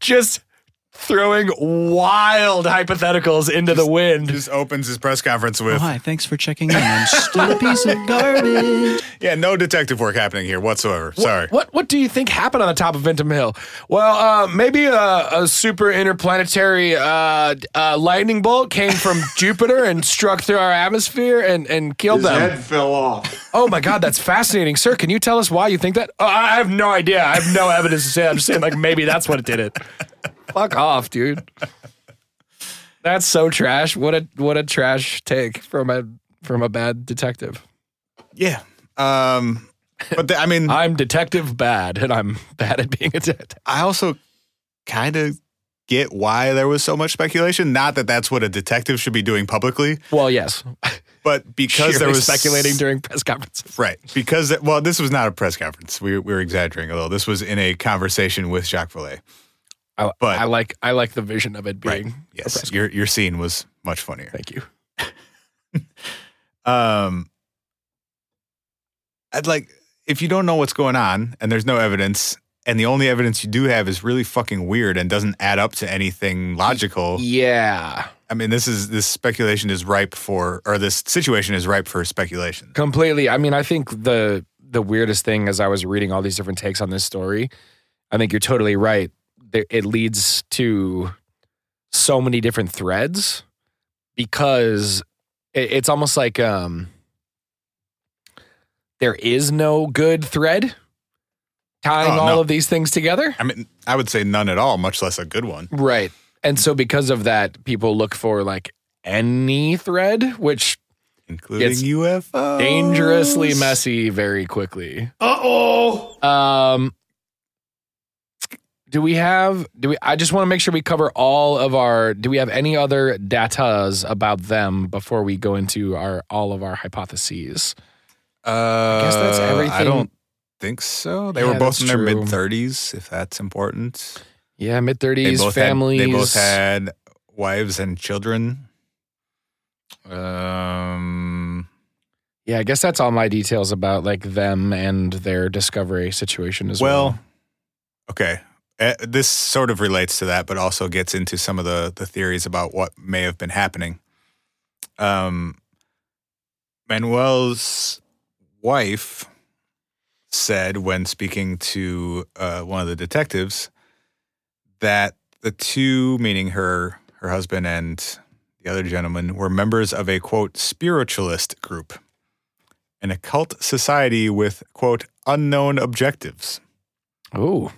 B: just throwing wild hypotheticals into the wind.
C: Just opens his press conference with,
F: Hi, thanks for checking in. I'm still a piece of garbage.
C: yeah, no detective work happening here whatsoever. Sorry.
B: What what do you think happened on the top of Ventum Hill? Well, uh, maybe a, a super interplanetary uh, d- uh, lightning bolt came from Jupiter and struck through our atmosphere and, and killed them.
G: fell off.
B: Oh my God, that's fascinating, sir. Can you tell us why you think that? Oh, I I have no idea. I have no evidence to say. that. I'm just saying, like maybe that's what did it. Fuck off, dude. That's so trash. What a what a trash take from a from a bad detective.
C: Yeah. Um, but the, I mean,
B: I'm detective bad, and I'm bad at being a detective.
C: I also kind of get why there was so much speculation. Not that that's what a detective should be doing publicly,
B: Well, yes,
C: but because there
B: Sheerly
C: was
B: speculating during press conferences.
C: right because it- well, this was not a press conference. We we were exaggerating a little. This was in a conversation with Jacques Vallée.
B: I,
C: But-
B: I like I like the vision of it being.
C: Yes, your your scene was much funnier.
B: Thank you.
C: Um, I'd like if you don't know what's going on and there's no evidence. And the only evidence you do have is really fucking weird and doesn't add up to anything logical.
B: Yeah,
C: I mean, this is this speculation is ripe for, or this situation is ripe for speculation.
B: completely. I mean, I think the the weirdest thing as I was reading all these different takes on this story, I think you're totally right. There- It leads to so many different threads because it- it's almost like um there is no good thread tying
C: Oh,
B: all
C: no.
B: of these things together.
C: I mean, I would say none at all, much less a good one.
B: Right. And so because of that, people look for like any thread, which
C: Including
B: It's
C: UFO.
B: dangerously
C: Oh,
B: messy very quickly. Uh-oh. Um do we have do we I just want to make sure we cover all of our do we have any other datas about them before we go into our all of our hypotheses?
C: Uh, I
B: guess that's everything.
C: I don't think so. They
B: Yeah,
C: were both
B: that's
C: in their
B: true.
C: mid thirties, if that's important.
B: Yeah, mid
C: They
B: 30s
C: both
B: families.
C: Had, they both had wives and children. Um,
B: yeah, I guess that's all my details about like them and their discovery situation as well.
C: well, okay. Uh, this sort of relates to that, but also gets into some of the the theories about what may have been happening. Um, Manuel's wife said when speaking to uh, one of the detectives that the two, meaning her, her husband, and the other gentleman, were members of a quote spiritualist group, an occult society with quote unknown objectives.
B: Oh,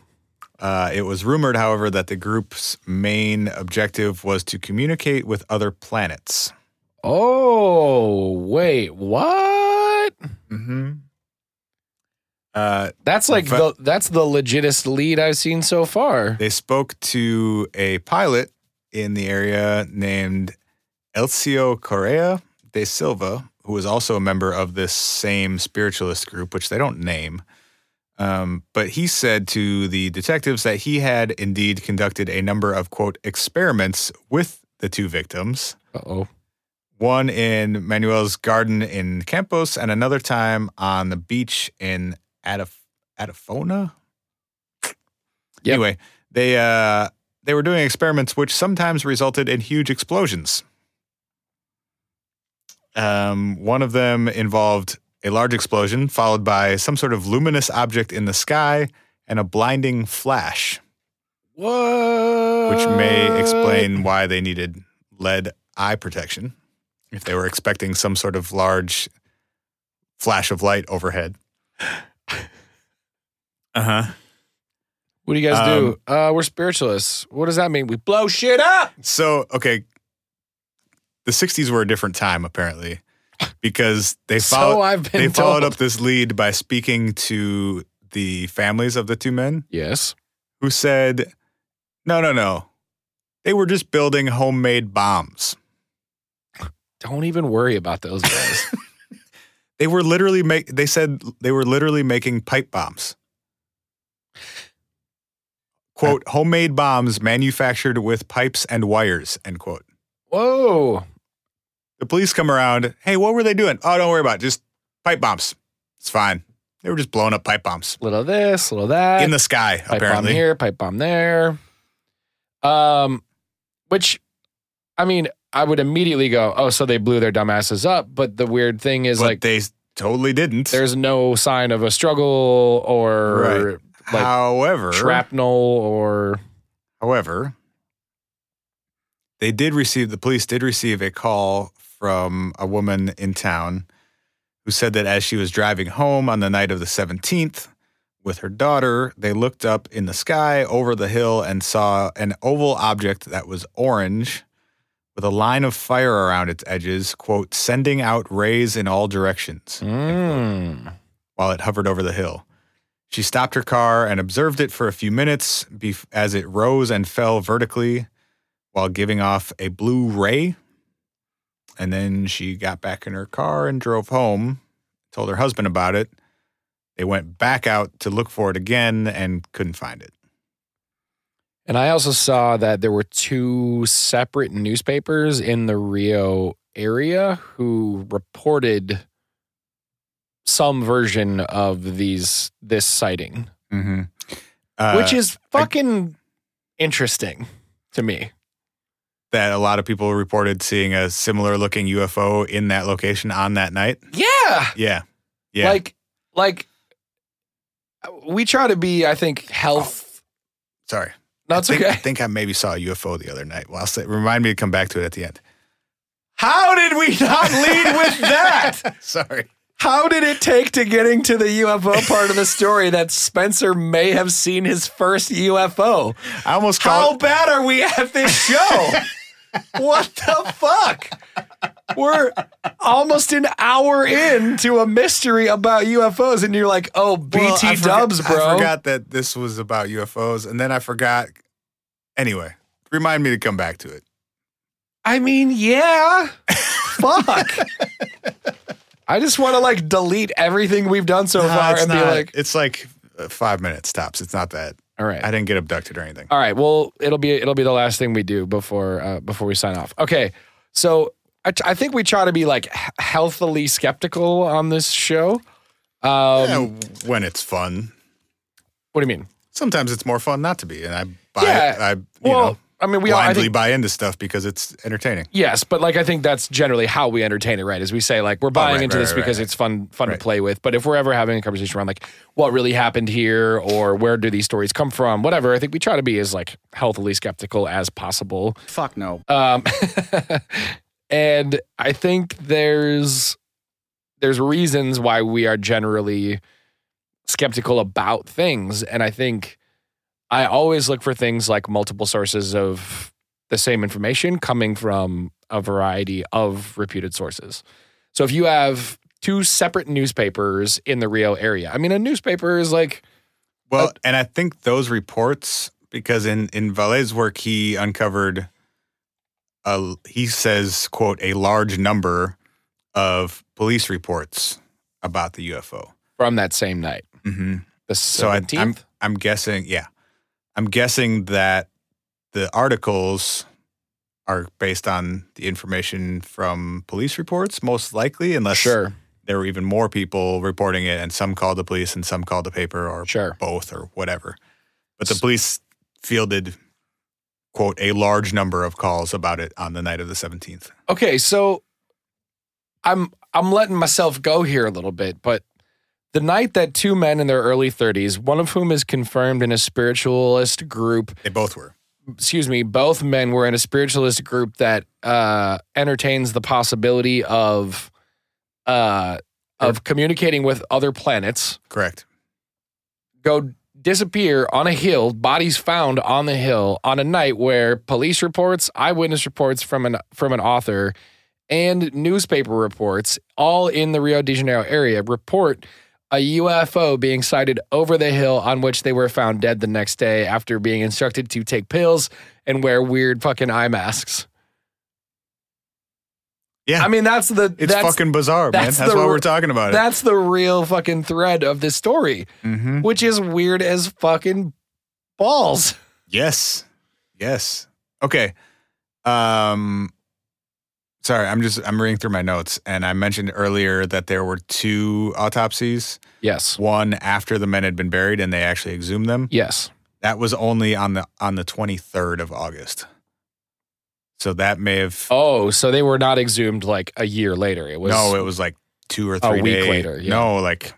C: Uh, it was rumored, however, that the group's main objective was to communicate with other planets.
B: oh, wait, what?
C: Mm-hmm. Uh,
B: That's like
C: Fa-
B: the that's the legitest lead I've seen so far.
C: they spoke to a pilot in the area named Elcio Correa de Silva, who was also a member of this same spiritualist group, which they don't name. Um, but he said to the detectives that he had indeed conducted a number of, quote, experiments with the two victims.
B: Uh oh.
C: one in Manuel's garden in Campos, and another time on the beach in Ataf- Atafona.
B: Yep.
C: Anyway, they uh, they were doing experiments which sometimes resulted in huge explosions. Um, one of them involved a large explosion followed by some sort of luminous object in the sky and a blinding flash,
B: What?
C: which may explain why they needed lead eye protection if they were expecting some sort of large flash of light overhead. Uh huh.
B: What do you guys do?
C: um,
B: Uh, we're spiritualists. What does that mean? We blow shit up.
C: So, okay. The 60s were a different time, apparently, because they
B: so
C: followed,
B: I've been
C: they
B: told.
C: followed up this lead by speaking to the families of the two men
B: Yes.
C: who said, no, no, no. They were just building homemade bombs.
B: Don't even worry about those guys.
C: They were literally make. They said they were literally making pipe bombs. Quote: homemade bombs manufactured with pipes and wires. End quote.
B: Whoa.
C: The police come around. Hey, what were they doing? Oh, don't worry about it. Just pipe bombs. It's fine. They were just blowing up pipe bombs
B: Little this, little that.
C: in the sky.
B: Uh, pipe
C: apparently,
B: bomb here, pipe bomb there. Um, which, I mean, I would immediately go, oh, so they blew their dumbasses up. But the weird thing is,
C: but
B: like,
C: they totally didn't.
B: there's no sign of a struggle or like
C: however,
B: shrapnel or
C: However, they did receive the police did receive a call from a woman in town who said that as she was driving home on the night of the 17th with her daughter, they looked up in the sky over the hill and saw an oval object that was orange with a line of fire around its edges, quote, sending out rays in all directions
B: Mm.
C: while it hovered over the hill. She stopped her car and observed it for a few minutes bef- as it rose and fell vertically while giving off a blue ray. And then she got back in her car and drove home, told her husband about it. They went back out to look for it again and couldn't find it.
B: And I also saw that there were two separate newspapers in the Rio area who reported some version of these this sighting,
C: Mm-hmm. Uh,
B: which is
C: I-
B: fucking interesting to me.
C: that a lot of people reported seeing a similar looking UFO in that location on that night.
B: Yeah.
C: Yeah. Yeah.
B: Like like we try to be I think health
C: sorry.
B: no, it's
C: I think, I
B: okay.
C: think I maybe saw a UFO the other night. Well, I'll say, remind me to come back to it at the end.
B: How did we not lead with that?
C: Sorry.
B: How did it take to getting to the UFO part of the story that Spencer may have seen his first UFO?
C: I almost
B: How
C: called.
B: bad are we at this show? what the fuck? We're almost an hour in to a mystery about UFOs, and you're like, oh, BT
C: Well, I forgot-
B: dubs, bro.
C: I forgot that this was about UFOs, and then I forgot. Anyway, remind me to come back to it.
B: I mean, yeah. Fuck. I just want to like delete everything we've done so
C: No,
B: far
C: it's
B: and
C: not-
B: be like,
C: it's like uh, five minutes tops. It's not that.
B: all right.
C: I didn't get abducted or anything.
B: All right. Well, it'll be it'll be the last thing we do before uh, before we sign off. Okay. So I, I think we try to be like he- healthily skeptical on this show. Um,
C: Yeah, when it's fun,
B: What do you mean?
C: sometimes it's more fun not to be, and I buy
B: Yeah,
C: it. I you
B: well,
C: know
B: I mean, we all, I
C: blindly
B: think,
C: buy into stuff because it's entertaining.
B: yes, but like I think that's generally how we entertain it, right? As we say, like we're buying
C: Oh, right,
B: into
C: right,
B: this
C: right,
B: because
C: right.
B: it's fun, fun to play with. But if we're ever having a conversation around like what really happened here or where do these stories come from, whatever, I think we try to be as like healthily skeptical as possible.
F: Fuck no.
B: Um, and I think there's there's reasons why we are generally skeptical about things, and I think I always look for things like multiple sources of the same information coming from a variety of reputed sources. So if you have two separate newspapers in the Rio area, I mean, a newspaper is like
C: Well, and I think those reports, because in in Valet's work, he uncovered, a, he says, "quote a large number of police reports about the UFO."
B: from that same night,
C: hmm
B: the
C: So I, I'm
B: 17th.
C: I'm guessing, yeah, I'm guessing that the articles are based on the information from police reports, most likely, unless
B: sure,
C: there were even more people reporting it, and some called the police and some called the paper, or
B: sure.
C: both or whatever. But the police fielded quote a large number of calls about it on the night of the 17th.
B: Okay, so I'm I'm letting myself go here a little bit, but the night that two men in their early 30s, one of whom is confirmed in a spiritualist group
C: They both were.
B: excuse me, both men were in a spiritualist group that uh, entertains the possibility of uh, of communicating with other planets.
C: Correct.
B: Go disappear on a hill, bodies found on the hill on a night where police reports, eyewitness reports from an from an author, and newspaper reports, all in the Rio de Janeiro area, report a UFO being sighted over the hill on which they were found dead the next day after being instructed to take pills and wear weird fucking eye masks.
C: Yeah.
B: I mean, that's the
C: It's
B: that's,
C: fucking bizarre,
B: that's
C: man. That's
B: the
C: why
B: r-
C: we're talking about it.
B: that's the real fucking thread of this story,
C: Mm-hmm.
B: which is weird as fucking balls.
C: Yes. Yes. Okay. Um sorry, I'm just I'm reading through my notes and I mentioned earlier that there were two autopsies,
B: Yes.
C: one after the men had been buried and they actually exhumed them.
B: Yes.
C: That was only on the on the 23rd of August. So that may have
B: Oh, so they were not exhumed like a year later. It was
C: No, it was like 2 or 3
B: week
C: day-
B: later, yeah.
C: No, like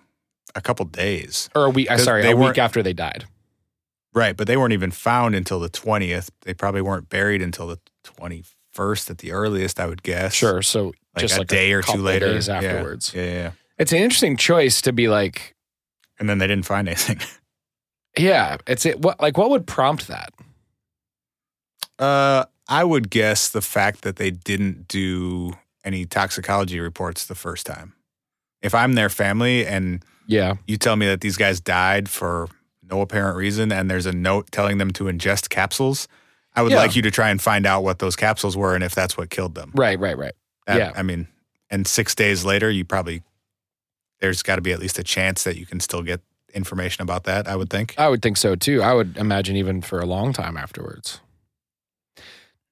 C: a couple days.
B: or a week. I'm
C: Because
B: sorry,
C: they
B: a week
C: weren't-
B: after they died.
C: Right, but they weren't even found until the 20th. They probably weren't buried until the 21st at the earliest, I would guess.
B: Sure. So
C: like
B: just
C: a
B: like
C: day or two
B: couple
C: later
B: days
C: Yeah.
B: afterwards.
C: Yeah, yeah, yeah.
B: It's an interesting choice to be like,
C: And then they didn't find anything.
B: yeah, it's it. What like what would prompt that?
C: Uh, I would guess the fact that they didn't do any toxicology reports the first time. If I'm their family and
B: Yeah.
C: you tell me that these guys died for no apparent reason and there's a note telling them to ingest capsules, I would
B: Yeah.
C: like you to try and find out what those capsules were and if that's what killed them.
B: Right. Right. Right.
C: That-
B: Yeah.
C: I mean, and six days later, you probably, there's got to be at least a chance that you can still get information about that, I would think.
B: I would think so too. I would imagine even for a long time afterwards.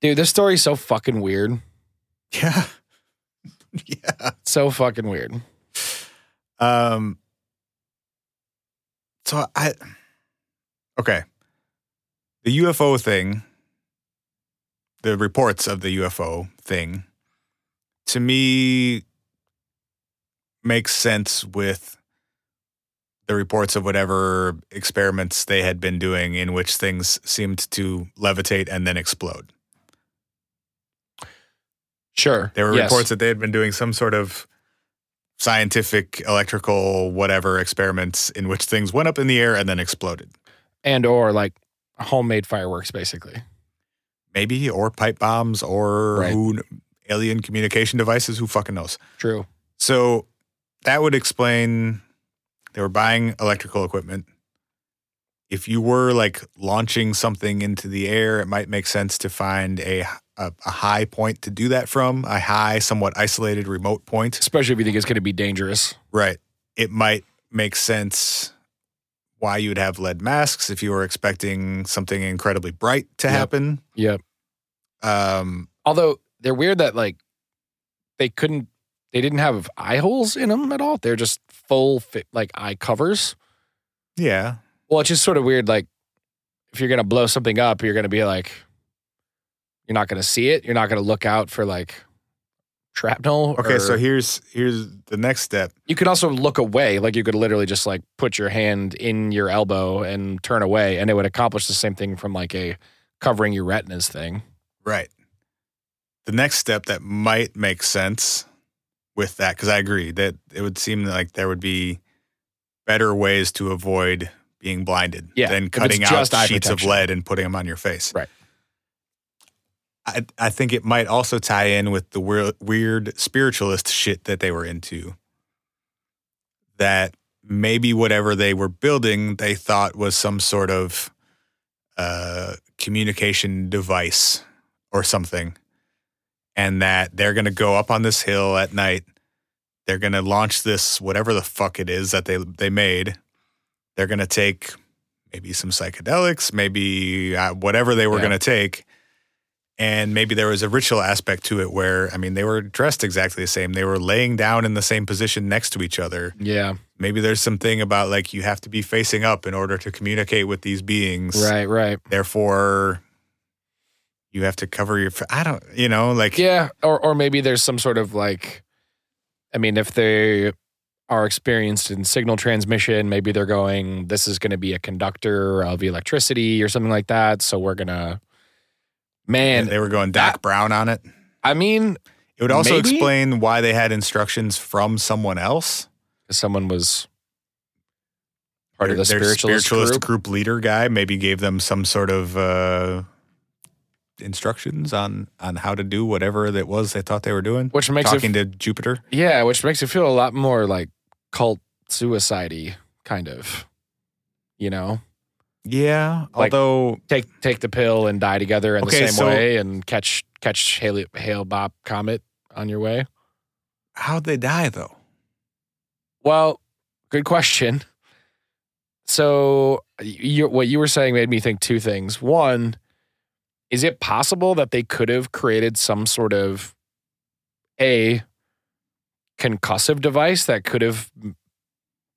B: Dude, this story's so fucking weird.
C: Yeah. yeah.
B: So fucking weird.
C: Um so I okay. The UFO thing, the reports of the UFO thing to me makes sense with the reports of whatever experiments they had been doing in which things seemed to levitate and then explode.
B: Sure.
C: There were
B: Yes.
C: reports that they had been doing some sort of scientific, electrical, whatever experiments in which things went up in the air and then exploded.
B: and or like homemade fireworks, basically.
C: Maybe, or pipe bombs, or
B: Right.
C: who, kn- alien communication devices, who fucking knows?
B: True.
C: So that would explain they were buying electrical equipment. If you were like launching something into the air, it might make sense to find a, a, a high point to do that from, a high, somewhat isolated, remote point.
B: Especially if you think it's going to be dangerous.
C: Right. It might make sense why you would have lead masks if you were expecting something incredibly bright to
B: Yep.
C: happen.
B: Yep.
C: Um,
B: Although they're weird that like they couldn't, they didn't have eye holes in them at all. They're just full fit, like eye covers.
C: yeah.
B: Well, it's just sort of weird. Like if you're gonna blow something up, you're gonna be like, You're not going to see it. You're not going to look out for like shrapnel.
C: Okay,
B: or-
C: so here's here's the next step.
B: you could also look away. Like you could literally just like put your hand in your elbow and turn away, and it would accomplish the same thing from like a covering your retinas thing.
C: Right. The next step that might make sense with that, because I agree that it would seem like there would be better ways to avoid being blinded
B: Yeah, if
C: than
B: it's
C: cutting out
B: just eye
C: sheets of
B: protection.
C: lead and putting them on your face.
B: Right.
C: I, I think it might also tie in with the weird, weird spiritualist shit that they were into. That maybe whatever they were building, they thought was some sort of uh, communication device or something, and that they're going to go up on this hill at night. They're going to launch this whatever the fuck it is that they they made. They're going to take maybe some psychedelics, maybe uh, whatever they were
B: Yeah.
C: going to take. And maybe there was a ritual aspect to it where, I mean, they were dressed exactly the same. They were laying down in the same position next to each other
B: Yeah.
C: maybe there's something about like you have to be facing up in order to communicate with these beings.
B: Right. Right.
C: Therefore, you have to cover your. fa- I don't. You know, like
B: Yeah. Or or maybe there's some sort of like, I mean, if they are experienced in signal transmission, maybe they're going. This is going to be a conductor of electricity or something like that. So we're gonna. Man,
C: they were going Doc
B: that-
C: Brown on it.
B: I mean,
C: It would also
B: maybe?
C: explain why they had instructions from someone else.
B: someone was part of
C: Their-
B: the
C: their
B: spiritualist, group.
C: group. leader guy maybe gave them some sort of uh, instructions on on how to do whatever that was they thought they were doing.
B: which makes it
C: Talking to Jupiter.
B: Yeah, which makes you feel a lot more like cult suicide kind of. You know,
C: Yeah,
B: Like-
C: although
B: take take the pill and die together in
C: Okay,
B: the same
C: so-
B: way, and catch catch Hale Hale Bob Comet on your way.
C: how'd they die though?
B: Well, good question. So, you, what you were saying made me think two things. One, is it possible that they could have created some sort of a concussive device that could have,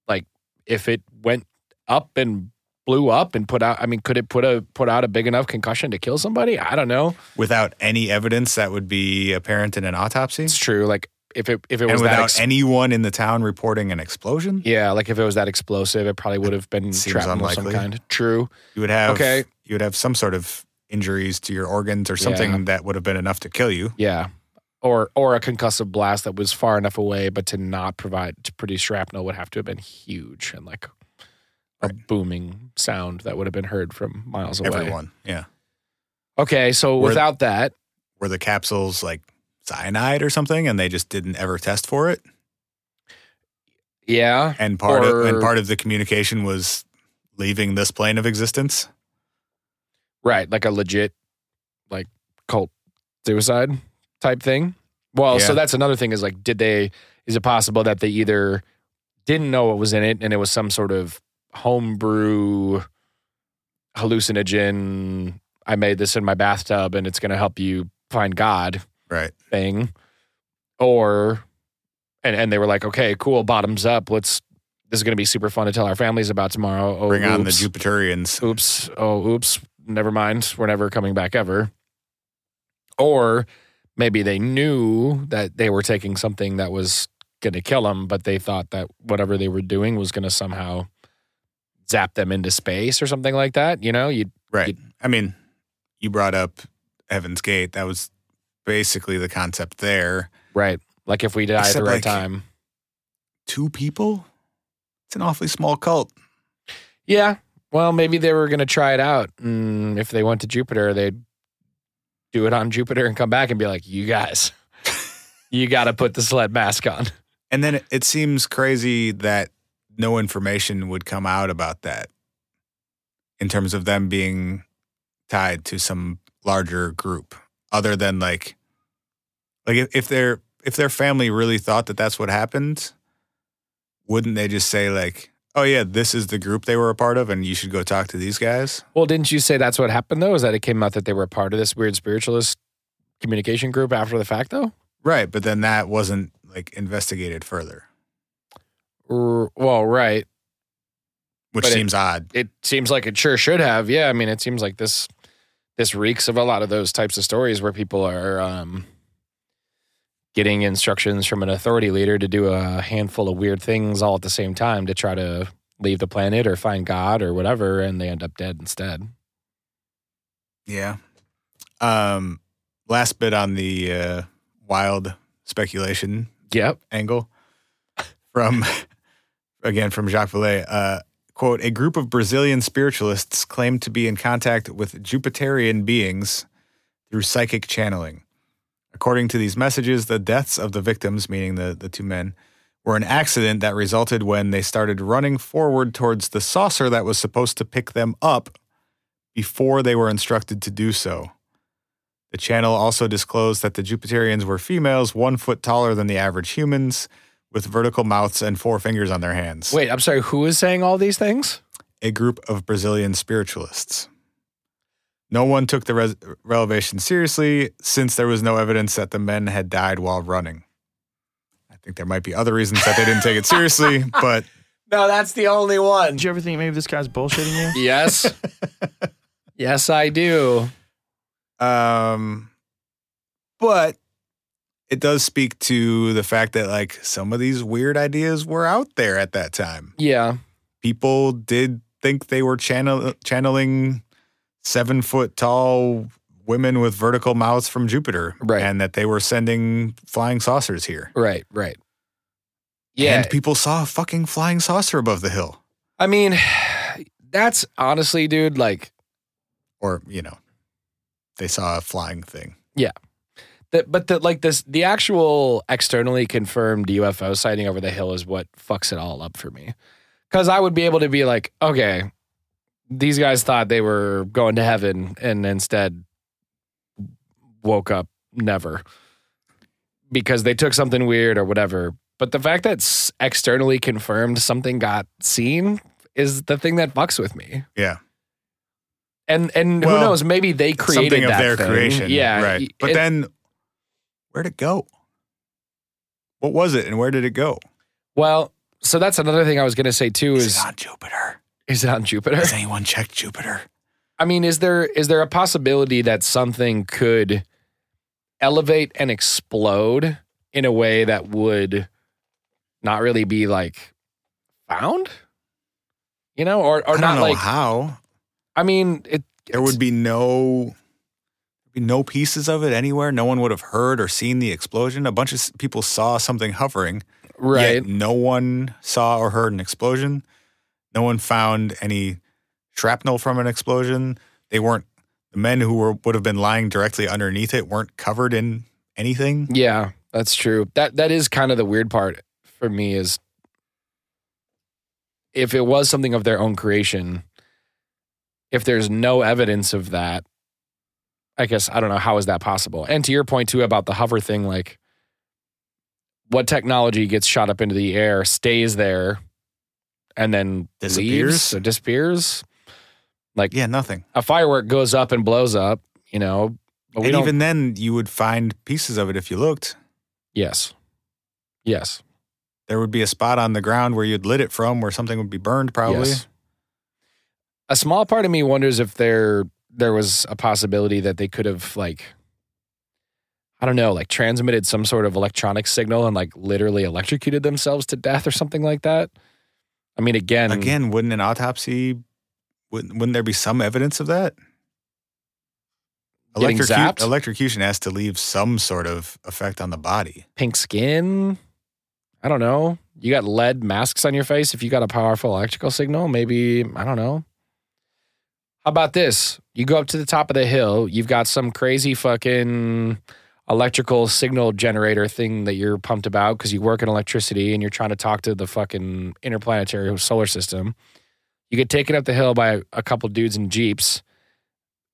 B: like, if it went up and blew up and put out? I mean, could it put a put out a big enough concussion to kill somebody? I don't know.
C: without any evidence that would be apparent in an autopsy
B: It's true. Like, if it if it
C: and
B: was
C: without
B: that ex-
C: anyone in the town reporting an explosion
B: yeah, like if it was that explosive, it probably would have been
C: Seems
B: shrapnel of some
C: unlikely.
B: kind. True.
C: you would have
B: Okay.
C: you would have some sort of injuries to your organs or something
B: Yeah.
C: that would have been enough to kill you
B: Yeah. Or or a concussive blast that was far enough away, but to not provide to produce shrapnel would have to have been huge and like a booming sound that would have been heard from miles away.
C: everyone yeah
B: Okay, so
C: Were-
B: without that,
C: were the capsules like cyanide or something and they just didn't ever test for it
B: yeah.
C: and part of, and
B: Or-
C: part of the communication was leaving this plane of existence
B: Right, like a legit like cult suicide type thing. Well, so
C: Yeah.
B: that's another thing is like did they is it possible that they either didn't know what was in it and it was some sort of homebrew hallucinogen I made this in my bathtub and it's going to help you find god
C: right
B: thing or and and they were like okay, cool, bottoms up. Let's this is going to be super fun to tell our families about tomorrow. Oh,
C: bring on the
B: oops
C: jupiterians
B: oops, oh, oops, never mind. We're never coming back ever. Or maybe they knew that they were taking something that was going to kill them, but they thought that whatever they were doing was going to somehow zap them into space or something like that. You know, you
C: Right. I mean, you brought up Heaven's Gate. That was basically the concept there.
B: right, like if we die at
C: Except,
B: the right
C: like-
B: time.
C: Two people? It's an awfully small cult.
B: Yeah. Well, maybe they were going to try it out. And if they went to Jupiter, they'd do it on Jupiter and come back and be like, "You guys, you got to put the sled mask on."
C: And then it, it seems crazy that no information would come out about that in terms of them being tied to some larger group other than like like if, if their if their family really thought that that's what happened wouldn't they just say like oh yeah this is the group they were a part of and you should go talk to these guys
B: Well, didn't you say that's what happened though? Is that it came out that they were a part of this weird spiritualist communication group after the fact though?
C: right but then that wasn't like investigated further
B: R- well, right.
C: which
B: But it-
C: seems odd
B: It seems like it sure should have. Yeah, I mean, it seems like this this reeks of a lot of those types of stories where people are um, getting instructions from an authority leader to do a handful of weird things all at the same time to try to leave the planet or find God or whatever, and they end up dead instead.
C: Yeah. Um, last bit on the uh, wild speculation
B: Yep.
C: angle from again from Jacques Vallée. Uh, quote: A group of Brazilian spiritualists claim to be in contact with Jupiterian beings through psychic channeling. According to these messages, the deaths of the victims, meaning the the two men, were an accident that resulted when they started running forward towards the saucer that was supposed to pick them up before they were instructed to do so. The channel also disclosed that the Jupiterians were females, one foot taller than the average humans, with vertical mouths and four fingers on their hands.
B: Wait, I'm sorry. Who is saying all these things?
C: A group of Brazilian spiritualists. No one took the res- revelation seriously since there was no evidence that the men had died while running. I think there might be other reasons that they didn't take it seriously, but
H: No, that's the only one.
I: Did you ever think maybe this guy's bullshitting you?
B: Yes. yes, I do.
C: Um, but it does speak to the fact that like some of these weird ideas were out there at that time.
B: Yeah.
C: People did think they were channel channeling seven foot tall women with vertical mouths from Jupiter,
B: Right.
C: And that they were sending flying saucers here.
B: Right, right. Yeah.
C: and people saw a fucking flying saucer above the hill,
B: I mean, that's honestly, dude, like
C: or you know, they saw a flying thing.
B: that but the like this the actual externally confirmed UFO sighting over the hill is what fucks it all up for me. Cause I would be able to be like, okay, these guys thought they were going to heaven and instead woke up never because they took something weird or whatever. But the fact that s- externally confirmed something got seen is the thing that fucks with me.
C: Yeah.
B: And and who
C: Well,
B: knows? Maybe they created
C: something of
B: that
C: their
B: thing.
C: creation.
B: Yeah,
C: right. But
B: it-
C: then, where'd it go? What was it, and where did it go?
B: Well, so that's another thing I was going to say too. Is
C: it on Jupiter?
B: is it on Jupiter?
C: Has anyone checked Jupiter?
B: I mean, is there is there a possibility that something could elevate and explode in a way that would not really be like found? You know, or or
C: I don't
B: not
C: know
B: like
C: how.
B: I mean, it
C: There would be no, be no pieces of it anywhere. No one would have heard or seen the explosion. A bunch of s- people saw something hovering.
B: right.
C: Yet no one saw or heard an explosion. No one found any shrapnel from an explosion. They weren't the men who were would have been lying directly underneath it weren't covered in anything.
B: Yeah, that's true. That that is kind of the weird part for me is if it was something of their own creation, if there's no evidence of that, I guess I don't know how is that possible. And to your point too about the hover thing, like what technology gets shot up into the air, stays there, and then
C: Disappears?
B: leaves or disappears. Like
C: Yeah, nothing.
B: a firework goes up and blows up, you know. But we
C: And
B: don't,
C: even then, you would find pieces of it if you looked.
B: yes, yes.
C: There would be a spot on the ground where you'd lit it from, where something would be burned, probably.
B: Yes. A small part of me wonders if there there was a possibility that they could have like I don't know, like transmitted some sort of electronic signal and like literally electrocuted themselves to death or something like that. I mean again,
C: Again, wouldn't an autopsy? Wouldn't, wouldn't there be some evidence of that?
B: Getting zapped?
C: electrocution has to leave some sort of effect on the body.
B: pink skin. I don't know. You got lead masks on your face if you got a powerful electrical signal, maybe I don't know. How about this? You go up to the top of the hill, you've got some crazy fucking electrical signal generator thing that you're pumped about because you work in electricity and you're trying to talk to the fucking interplanetary solar system. You get taken up the hill by a couple dudes in Jeeps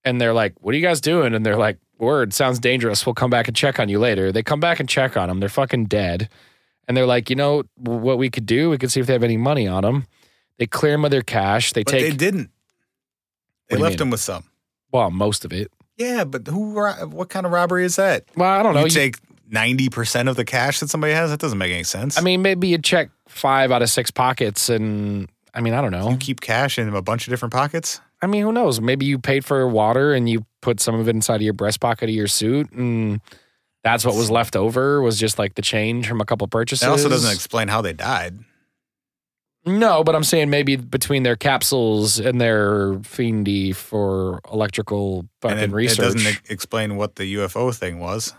B: and they're like, What are you guys doing? And they're like, Word, sounds dangerous. We'll come back and check on you later. They come back and check on them. They're fucking dead. And they're like, You know what we could do? We could see if they have any money on them. They clear them of their cash. They
C: But
B: take
C: they didn't. They
B: What do you
C: left
B: mean?
C: them with some.
B: Well, most of it.
C: Yeah, but who? ro- What kind of robbery is that?
B: Well, I don't know.
C: you
B: You-
C: take ninety percent of the cash that somebody has. That doesn't make any sense.
B: I mean, maybe you check five out of six pockets, and I mean, I don't know.
C: you keep cash in a bunch of different pockets.
B: I mean, who knows? Maybe you paid for water and you put some of it inside of your breast pocket of your suit, and that's what was left over was just like the change from a couple purchases.
C: That also doesn't explain how they died.
B: No, but I'm saying maybe between their capsules and their fiendy for electrical fucking
C: And it, it
B: research.
C: doesn't e- explain what the UFO thing was.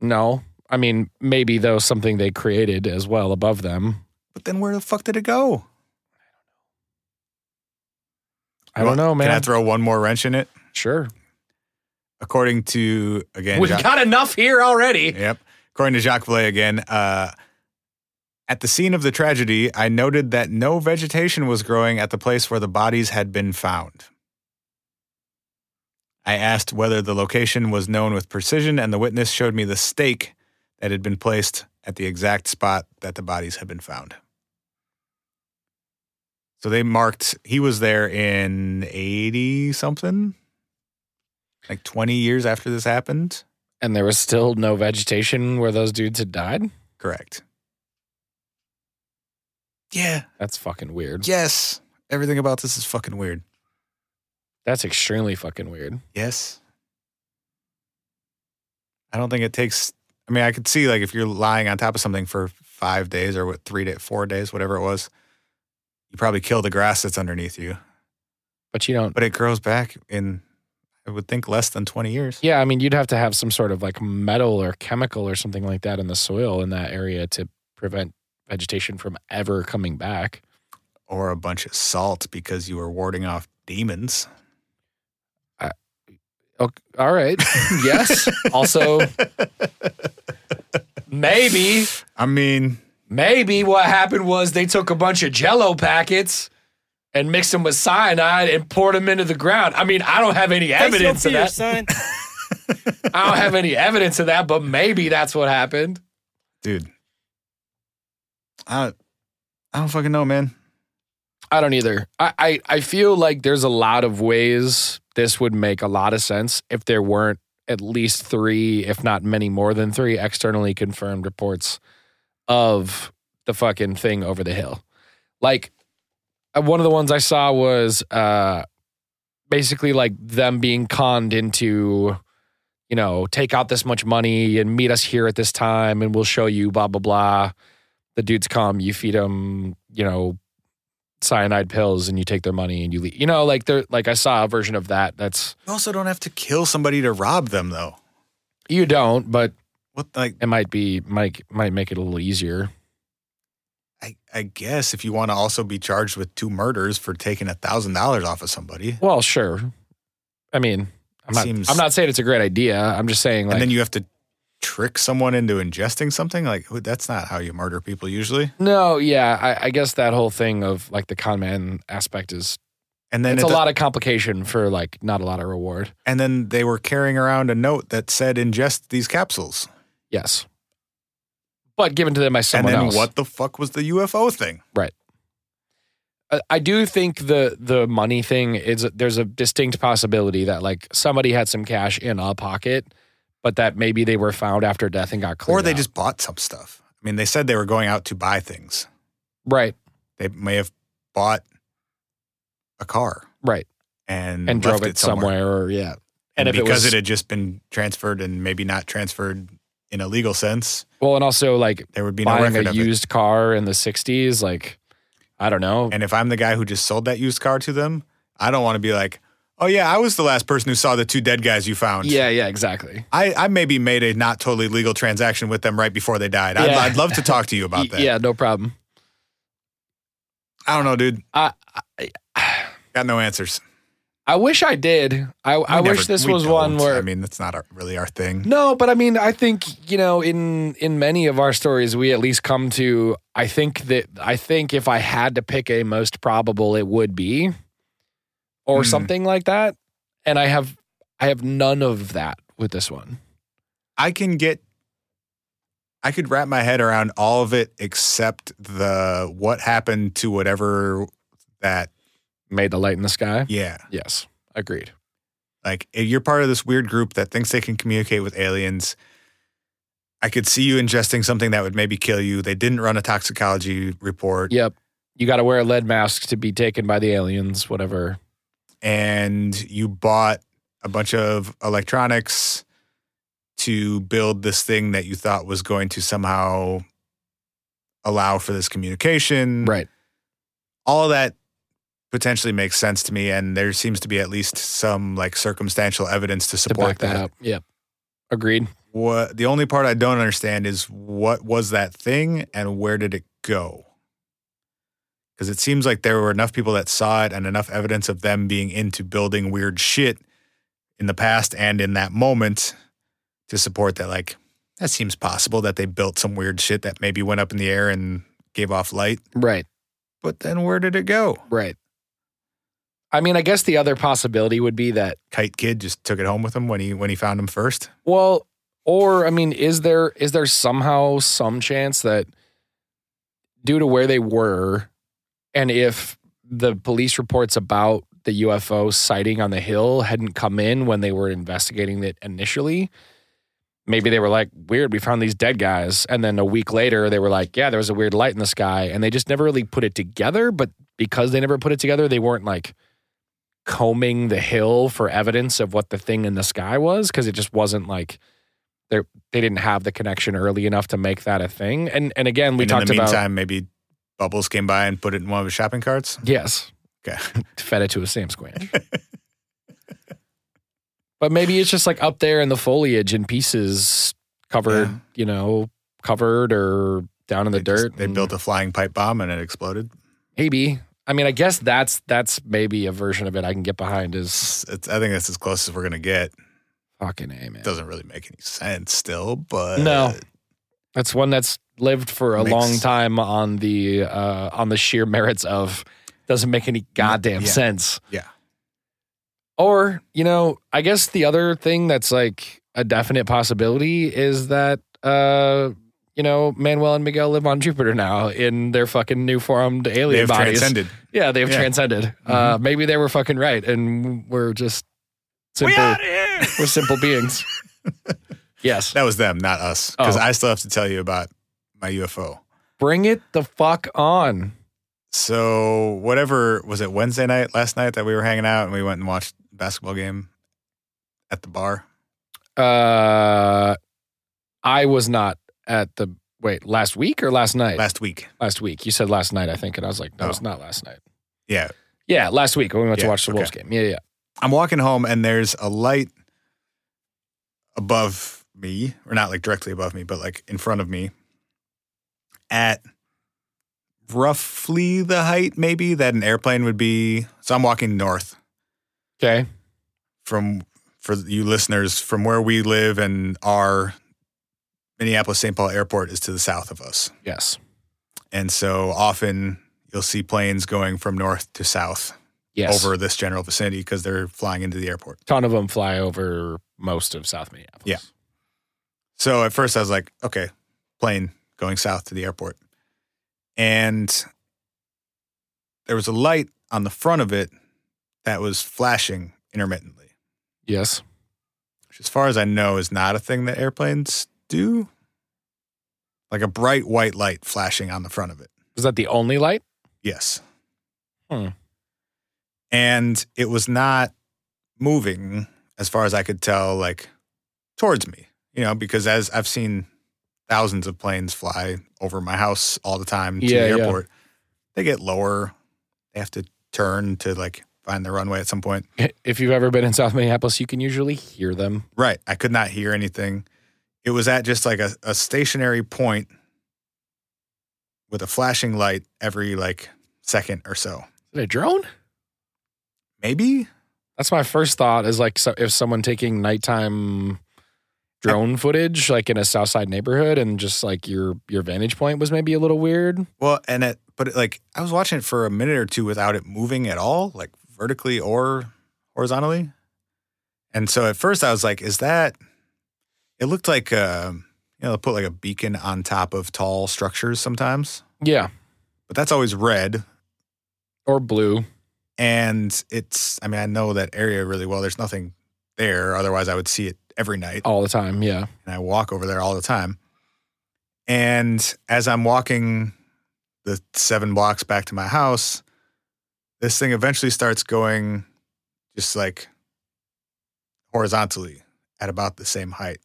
B: no, I mean maybe though something they created as well above them.
C: But then where the fuck did it go?
B: I don't know, man.
C: Can I throw one more wrench in it?
B: sure.
C: According to again,
G: We've
C: Jacques-
G: got enough here already.
C: yep. According to Jacques Vallée again, uh, at the scene of the tragedy, I noted that no vegetation was growing at the place where the bodies had been found. I asked whether the location was known with precision, and the witness showed me the stake that had been placed at the exact spot that the bodies had been found. So they marked, he was there in 80 something, like 20 years after this happened.
B: And there was still no vegetation where those dudes had died.
C: Correct. Yeah.
B: That's fucking weird.
C: Yes. Everything about this is fucking weird.
B: That's extremely fucking weird.
C: Yes. I don't think it takes. I mean, I could see like if you're lying on top of something for five days or what three day, four days, whatever it was, you probably kill the grass that's underneath you.
B: But you don't.
C: But it grows back in, I would think, less than twenty years.
B: Yeah, I mean you'd have to have some sort of like metal or chemical or something like that in the soil in that area to prevent vegetation from ever coming back.
C: Or a bunch of salt because you were warding off demons.
B: Okay, all right. yes. Also,
G: Maybe,
C: I mean,
G: maybe what happened was they took a bunch of Jello packets and mixed them with cyanide and poured them into the ground. I mean, I don't have any evidence of that.
J: son.
G: I don't have any evidence of that, but maybe that's what happened.
C: dude, I, I don't fucking know, man.
B: I don't either. I, I, I feel like there's a lot of ways this would make a lot of sense if there weren't at least three, if not many more than three, externally confirmed reports of the fucking thing over the hill. Like uh, one of the ones I saw was uh, basically like them being conned into, you know, take out this much money and meet us here at this time and we'll show you blah, blah, blah. The dudes come, you feed them, you know, cyanide pills and you take their money and you leave. You know, like there, like I saw a version of that. That's
C: You also don't have to kill somebody to rob them, though.
B: you don't, but
C: What like
B: it might be might might make it a little easier.
C: I, I guess if you want to also be charged with two murders for taking a thousand dollars off of somebody,
B: Well, sure. I mean, I'm not.
C: Seems-
B: I'm not saying it's a great idea. I'm just saying like
C: and then you have to trick someone into ingesting something, like who- that's not how you murder people usually.
B: no, yeah. I, I guess that whole thing of like the con man aspect is
C: And then
B: it's
C: it
B: a
C: do-
B: lot of complication for like not a lot of reward.
C: and then they were carrying around a note that said ingest these capsules.
B: Yes, but given to them by someone
C: and then
B: else.
C: what the fuck was the UFO thing?
B: Uh, I- I do think the the money thing is there's a distinct possibility that like somebody had some cash in a pocket, but that maybe they were found after death and got cleared.
C: or they
B: out.
C: just bought some stuff. I mean, they said they were going out to buy things.
B: right,
C: They may have bought a car
B: right,
C: and
B: and drove
C: left
B: it somewhere. or yeah.
C: And,
B: if
C: because
B: it, was,
C: it had just been transferred and maybe not transferred in a legal sense,
B: well, and also like
C: there would be no
B: buying
C: record
B: a
C: of
B: used car in the '60s, like I don't know.
C: it. And if I'm the guy who just sold that used car to them, I don't want to be like, oh yeah, I was the last person who saw the two dead guys you found.
B: yeah, yeah, exactly.
C: I, I maybe made a not totally legal transaction with them right before they died. I'd,
B: Yeah.
C: I'd love to talk to you
B: Y-
C: about that.
B: Yeah, no problem.
C: I don't know, dude.
B: I-
C: Got no answers.
B: I wish I did. I,
C: We
B: I
C: never-
B: wish this
C: we
B: was
C: don't.
B: one where
C: I mean, that's not our, really our thing.
B: No, but I mean, I think you know, in in many of our stories, we at least come to. I think that I think if I had to pick a most probable, it would be, or
C: Hmm.
B: something like that. And I have I have none of that with this one.
C: I can get I could wrap my head around all of it except the what happened to whatever that
B: Made the light in the sky.
C: yeah.
B: Yes, agreed.
C: Like if you're part of this weird group that thinks they can communicate with aliens. I could see you ingesting something that would maybe kill you. They didn't run a toxicology report
B: Yep, you got to wear a lead mask to be taken by the aliens. Whatever.
C: and you bought a bunch of electronics to build this thing that you thought was going to somehow allow for this communication.
B: Mm, Right.
C: All of that potentially makes sense to me. And there seems to be at least some like circumstantial evidence to
B: To
C: support
B: back that,
C: that
B: up. Yep. Agreed.
C: what the only part I don't understand is what was that thing and where did it go? Because it seems like there were enough people that saw it and enough evidence of them being into building weird shit in the past and in that moment to support that. Like, that seems possible that they built some weird shit that maybe went up in the air and gave off light.
B: Right.
C: But then where did it go?
B: Right. I mean, I guess the other possibility would be that
C: Kite Kid just took it home with him when he when he found him first.
B: Well, or I mean, is there is there somehow some chance that due to where they were, and if the police reports about the UFO sighting on the hill hadn't come in when they were investigating it initially, maybe they were like, "Weird, we found these dead guys," and then a week later they were like, "Yeah, there was a weird light in the sky," and they just never really put it together. But because they never put it together, they weren't like combing the hill for evidence of what the thing in the sky was because it just wasn't like they they didn't have the connection early enough to make that a thing. And and again, we
C: and
B: talked
C: in the
B: about
C: meantime, maybe Bubbles came by and put it in one of his shopping carts.
B: yes,
C: Okay.
B: fed it to a Sam Squanch. but maybe it's just like up there in the foliage in pieces, covered,
C: Yeah.
B: you know, covered or down in the
C: They just-
B: dirt.
C: they
B: and-
C: built a flying pipe bomb and it exploded.
B: maybe. I mean, I guess that's that's maybe a version of it I can get behind. Is
C: It's, it's- I think that's as close as we're gonna get.
B: fucking a man.
C: Doesn't really make any sense still, but
B: No, that's one that's lived for a
C: Makes-
B: long time on the uh, on the sheer merits of doesn't make any goddamn
C: Yeah.
B: sense.
C: Yeah.
B: Or you know, I guess the other thing that's like a definite possibility is that uh, you know Manuel and Miguel live on Jupiter now in their fucking new formed alien
C: they've
B: bodies.
C: transcended.
B: Yeah, they've
C: Yeah. Mm-hmm.
B: transcended. Uh, maybe they were fucking right, and we're just simple. We are simple beings. yes.
C: That was them, not us. Because
B: Oh.
C: I still have to tell you about my UFO.
B: Bring it the fuck on.
C: So whatever was it Wednesday night last night that we were hanging out and we went and watched a basketball game at the bar.
B: Uh, I was not at the wait last week or last night.
C: Last week.
B: Last week, you said last night, I think, and I was like, no,
C: Oh.
B: it's not last night.
C: Yeah.
B: Yeah, last week when we went to
C: Yeah,
B: watch the Wolves game. Yeah, yeah.
C: I'm walking home and there's a light above me, or not like directly above me, but like in front of me at roughly the height maybe that an airplane would be. So I'm walking north
B: Okay.
C: from for you listeners from where we live and our Minneapolis St. Paul airport is to the south of us.
B: Yes.
C: And so often you'll see planes going from north to south
B: Yes.
C: over this general vicinity because they're flying into the airport.
B: ton of them fly over most of South Minneapolis.
C: Yeah. So at first I was like, okay, plane going south to the airport. And there was a light on the front of it that was flashing intermittently,
B: Yes.
C: which, as far as I know, is not a thing that airplanes do. Like a bright white light flashing on the front of it.
B: Was that the only light?
C: Yes.
B: Hmm.
C: And it was not moving, as far as I could tell, like towards me, you know, because as I've seen thousands of planes fly over my house all the time to
B: Yeah, yeah.
C: the airport, they get lower. They have to turn to like find the runway at some point.
B: If you've ever been in South Minneapolis, you can usually hear them.
C: Right. I could not hear anything. It was at just like a, a stationary point with a flashing light every like second or so.
B: Is it a drone?
C: Maybe
B: That's my first thought is like so if someone taking nighttime drone footage like in a south side neighborhood and just like your your vantage point was maybe a little weird.
C: Well, and it, but it, like I was watching it for a minute or two without it moving at all, like vertically or horizontally. And so at first I was like, is that, it looked like, uh, you know, they put like a beacon on top of tall structures sometimes,
B: Yeah.
C: but that's always red.
B: Or blue.
C: And it's, I mean, I know that area really well. There's nothing there. Otherwise, I would see it every night.
B: All the time. Yeah.
C: and I walk over there all the time. And as I'm walking the seven blocks back to my house, this thing eventually starts going just like horizontally at about the same height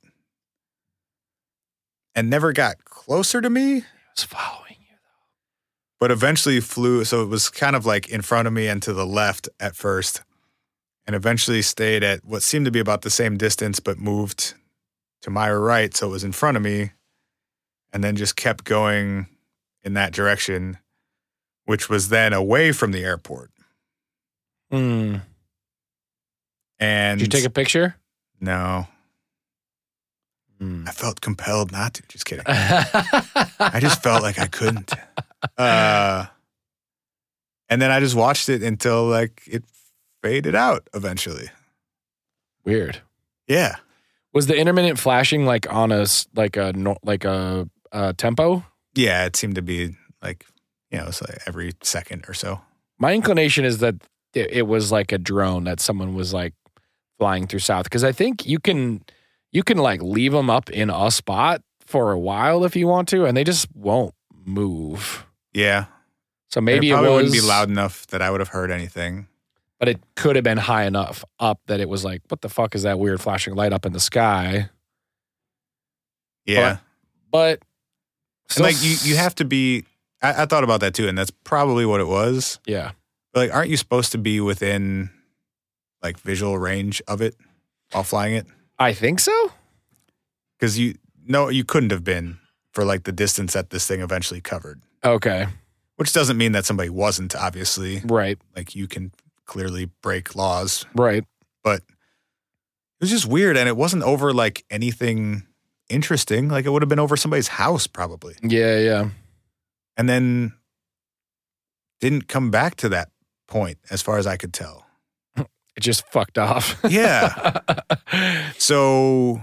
C: and never got closer to me,
B: was following you.
C: but eventually flew. So it was kind of like in front of me and to the left at first, and eventually stayed at what seemed to be about the same distance, but moved to my right. So it was in front of me, and then just kept going in that direction, which was then away from the airport.
B: Mm.
C: And
B: Did you take a picture?
C: no,
B: Mm.
C: I felt compelled not to. Just kidding. Hmm. I just felt like I couldn't. Uh, and then I just watched it until like it faded out eventually.
B: Weird.
C: Yeah.
B: Was the intermittent flashing like on a s- like a no- like a, a tempo?
C: Yeah, it seemed to be like, you know, it's like every second or so.
B: My inclination is that it, it was like a drone that someone was like flying through south because I think you can you can like leave them up in a spot for a while if you want to, and they just won't move.
C: Yeah.
B: So
C: And
B: maybe
C: it
B: it,
C: probably
B: was,
C: wouldn't be loud enough that I would have heard anything.
B: but it could have been high enough up that it was like, what the fuck is that weird flashing light up in the sky?
C: Yeah.
B: But
C: and like you, you have to be, I, I thought about that too, and that's probably what it was.
B: yeah.
C: But like, aren't you supposed to be within like visual range of it while flying it?
B: I think so.
C: Because you, no, you couldn't have been for like the distance that this thing eventually covered.
B: Okay,
C: which doesn't mean that somebody wasn't obviously
B: right,
C: like you can clearly break laws
B: right.
C: but it was just weird and it wasn't over like anything interesting like it would have been over somebody's house probably
B: Yeah, yeah.
C: and then didn't come back to that point as far as i could tell
B: It just fucked off.
C: yeah so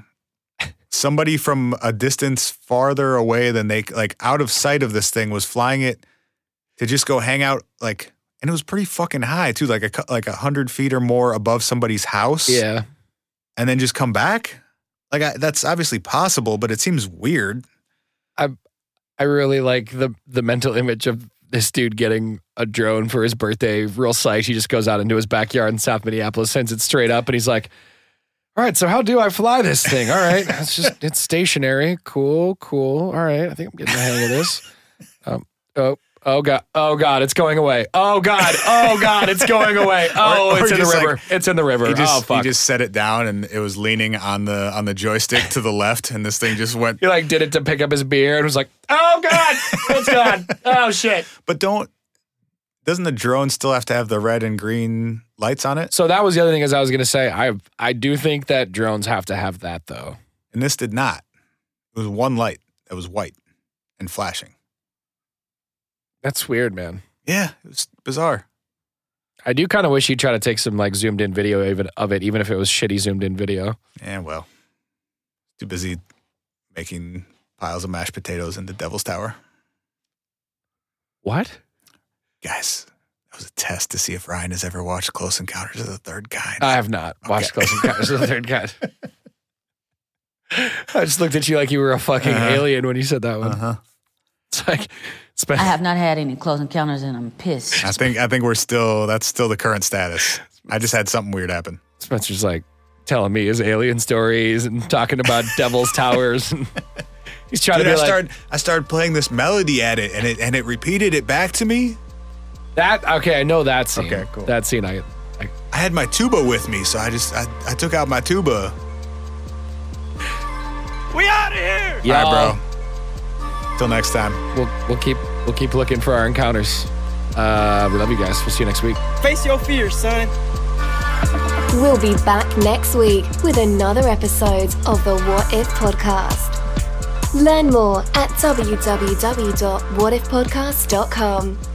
C: somebody from a distance farther away than they like out of sight of this thing was flying it to just go hang out like and it was pretty fucking high too like a cou- like a hundred feet or more above somebody's house
B: yeah.
C: and then just come back like I, that's obviously possible but it seems weird
B: I really like the the mental image of this dude getting a drone for his birthday, real psyched. He just goes out into his backyard in South Minneapolis, sends it straight up, and he's like, All right, so how do I fly this thing? All right. It's just it's stationary. Cool, cool. All right. I think I'm getting the hang of this. Um, oh, oh god. Oh god, it's going away. Oh god. Oh god, it's going away. Oh,
C: Or- or
B: it's in the
C: just like-
B: river. it's in the river.
C: he
B: oh
C: just
B: fuck.
C: he just set it down and it was leaning on the on the joystick to the left and this thing just went
B: he like did it to pick up his beer and was like, "Oh god, it's gone. Oh shit."
C: but don't doesn't the drone still have to have the red and green lights on it
B: So that was the other thing as I was going to say. I I do think that drones have to have that though.
C: And this did not. It was one light that was white and flashing.
B: That's weird, man.
C: Yeah, it was bizarre.
B: I do kind of wish he'd try to take some like zoomed in video even of it, even if it was shitty zoomed in video.
C: Yeah, well, too busy making piles of mashed potatoes in the Devil's Tower.
B: What?
C: Guys, that was a test to see if Ryan has ever watched Close Encounters of the Third Kind.
B: I have not watched
C: Okay.
B: Close Encounters of the Third Kind. I just looked at you like you were a fucking
C: Uh-huh.
B: alien when you said that one.
C: uh-huh.
B: It's like, Spen-
K: I have not had any close encounters and I'm pissed.
C: I think I think we're still that's still the current status. I just had something weird happen.
B: Spencer's like telling me his alien stories and talking about devil's towers. And he's trying
C: Dude,
B: to
C: I
B: be like,
C: started I started playing this melody at it and it and it repeated it back to me.
B: that. Okay, I know that scene.
C: Okay, cool.
B: That scene, I, I
C: I had my tuba with me, so I just I, I took out my tuba.
B: yeah,
C: All right, bro. Till next time.
B: we'll, we'll keep we'll keep looking for our encounters. Uh, we love you guys. We'll see you next week.
G: Face your fears, son.
A: We'll be back next week with another episode of the What If Podcast. Learn more at www.whatifpodcast.com.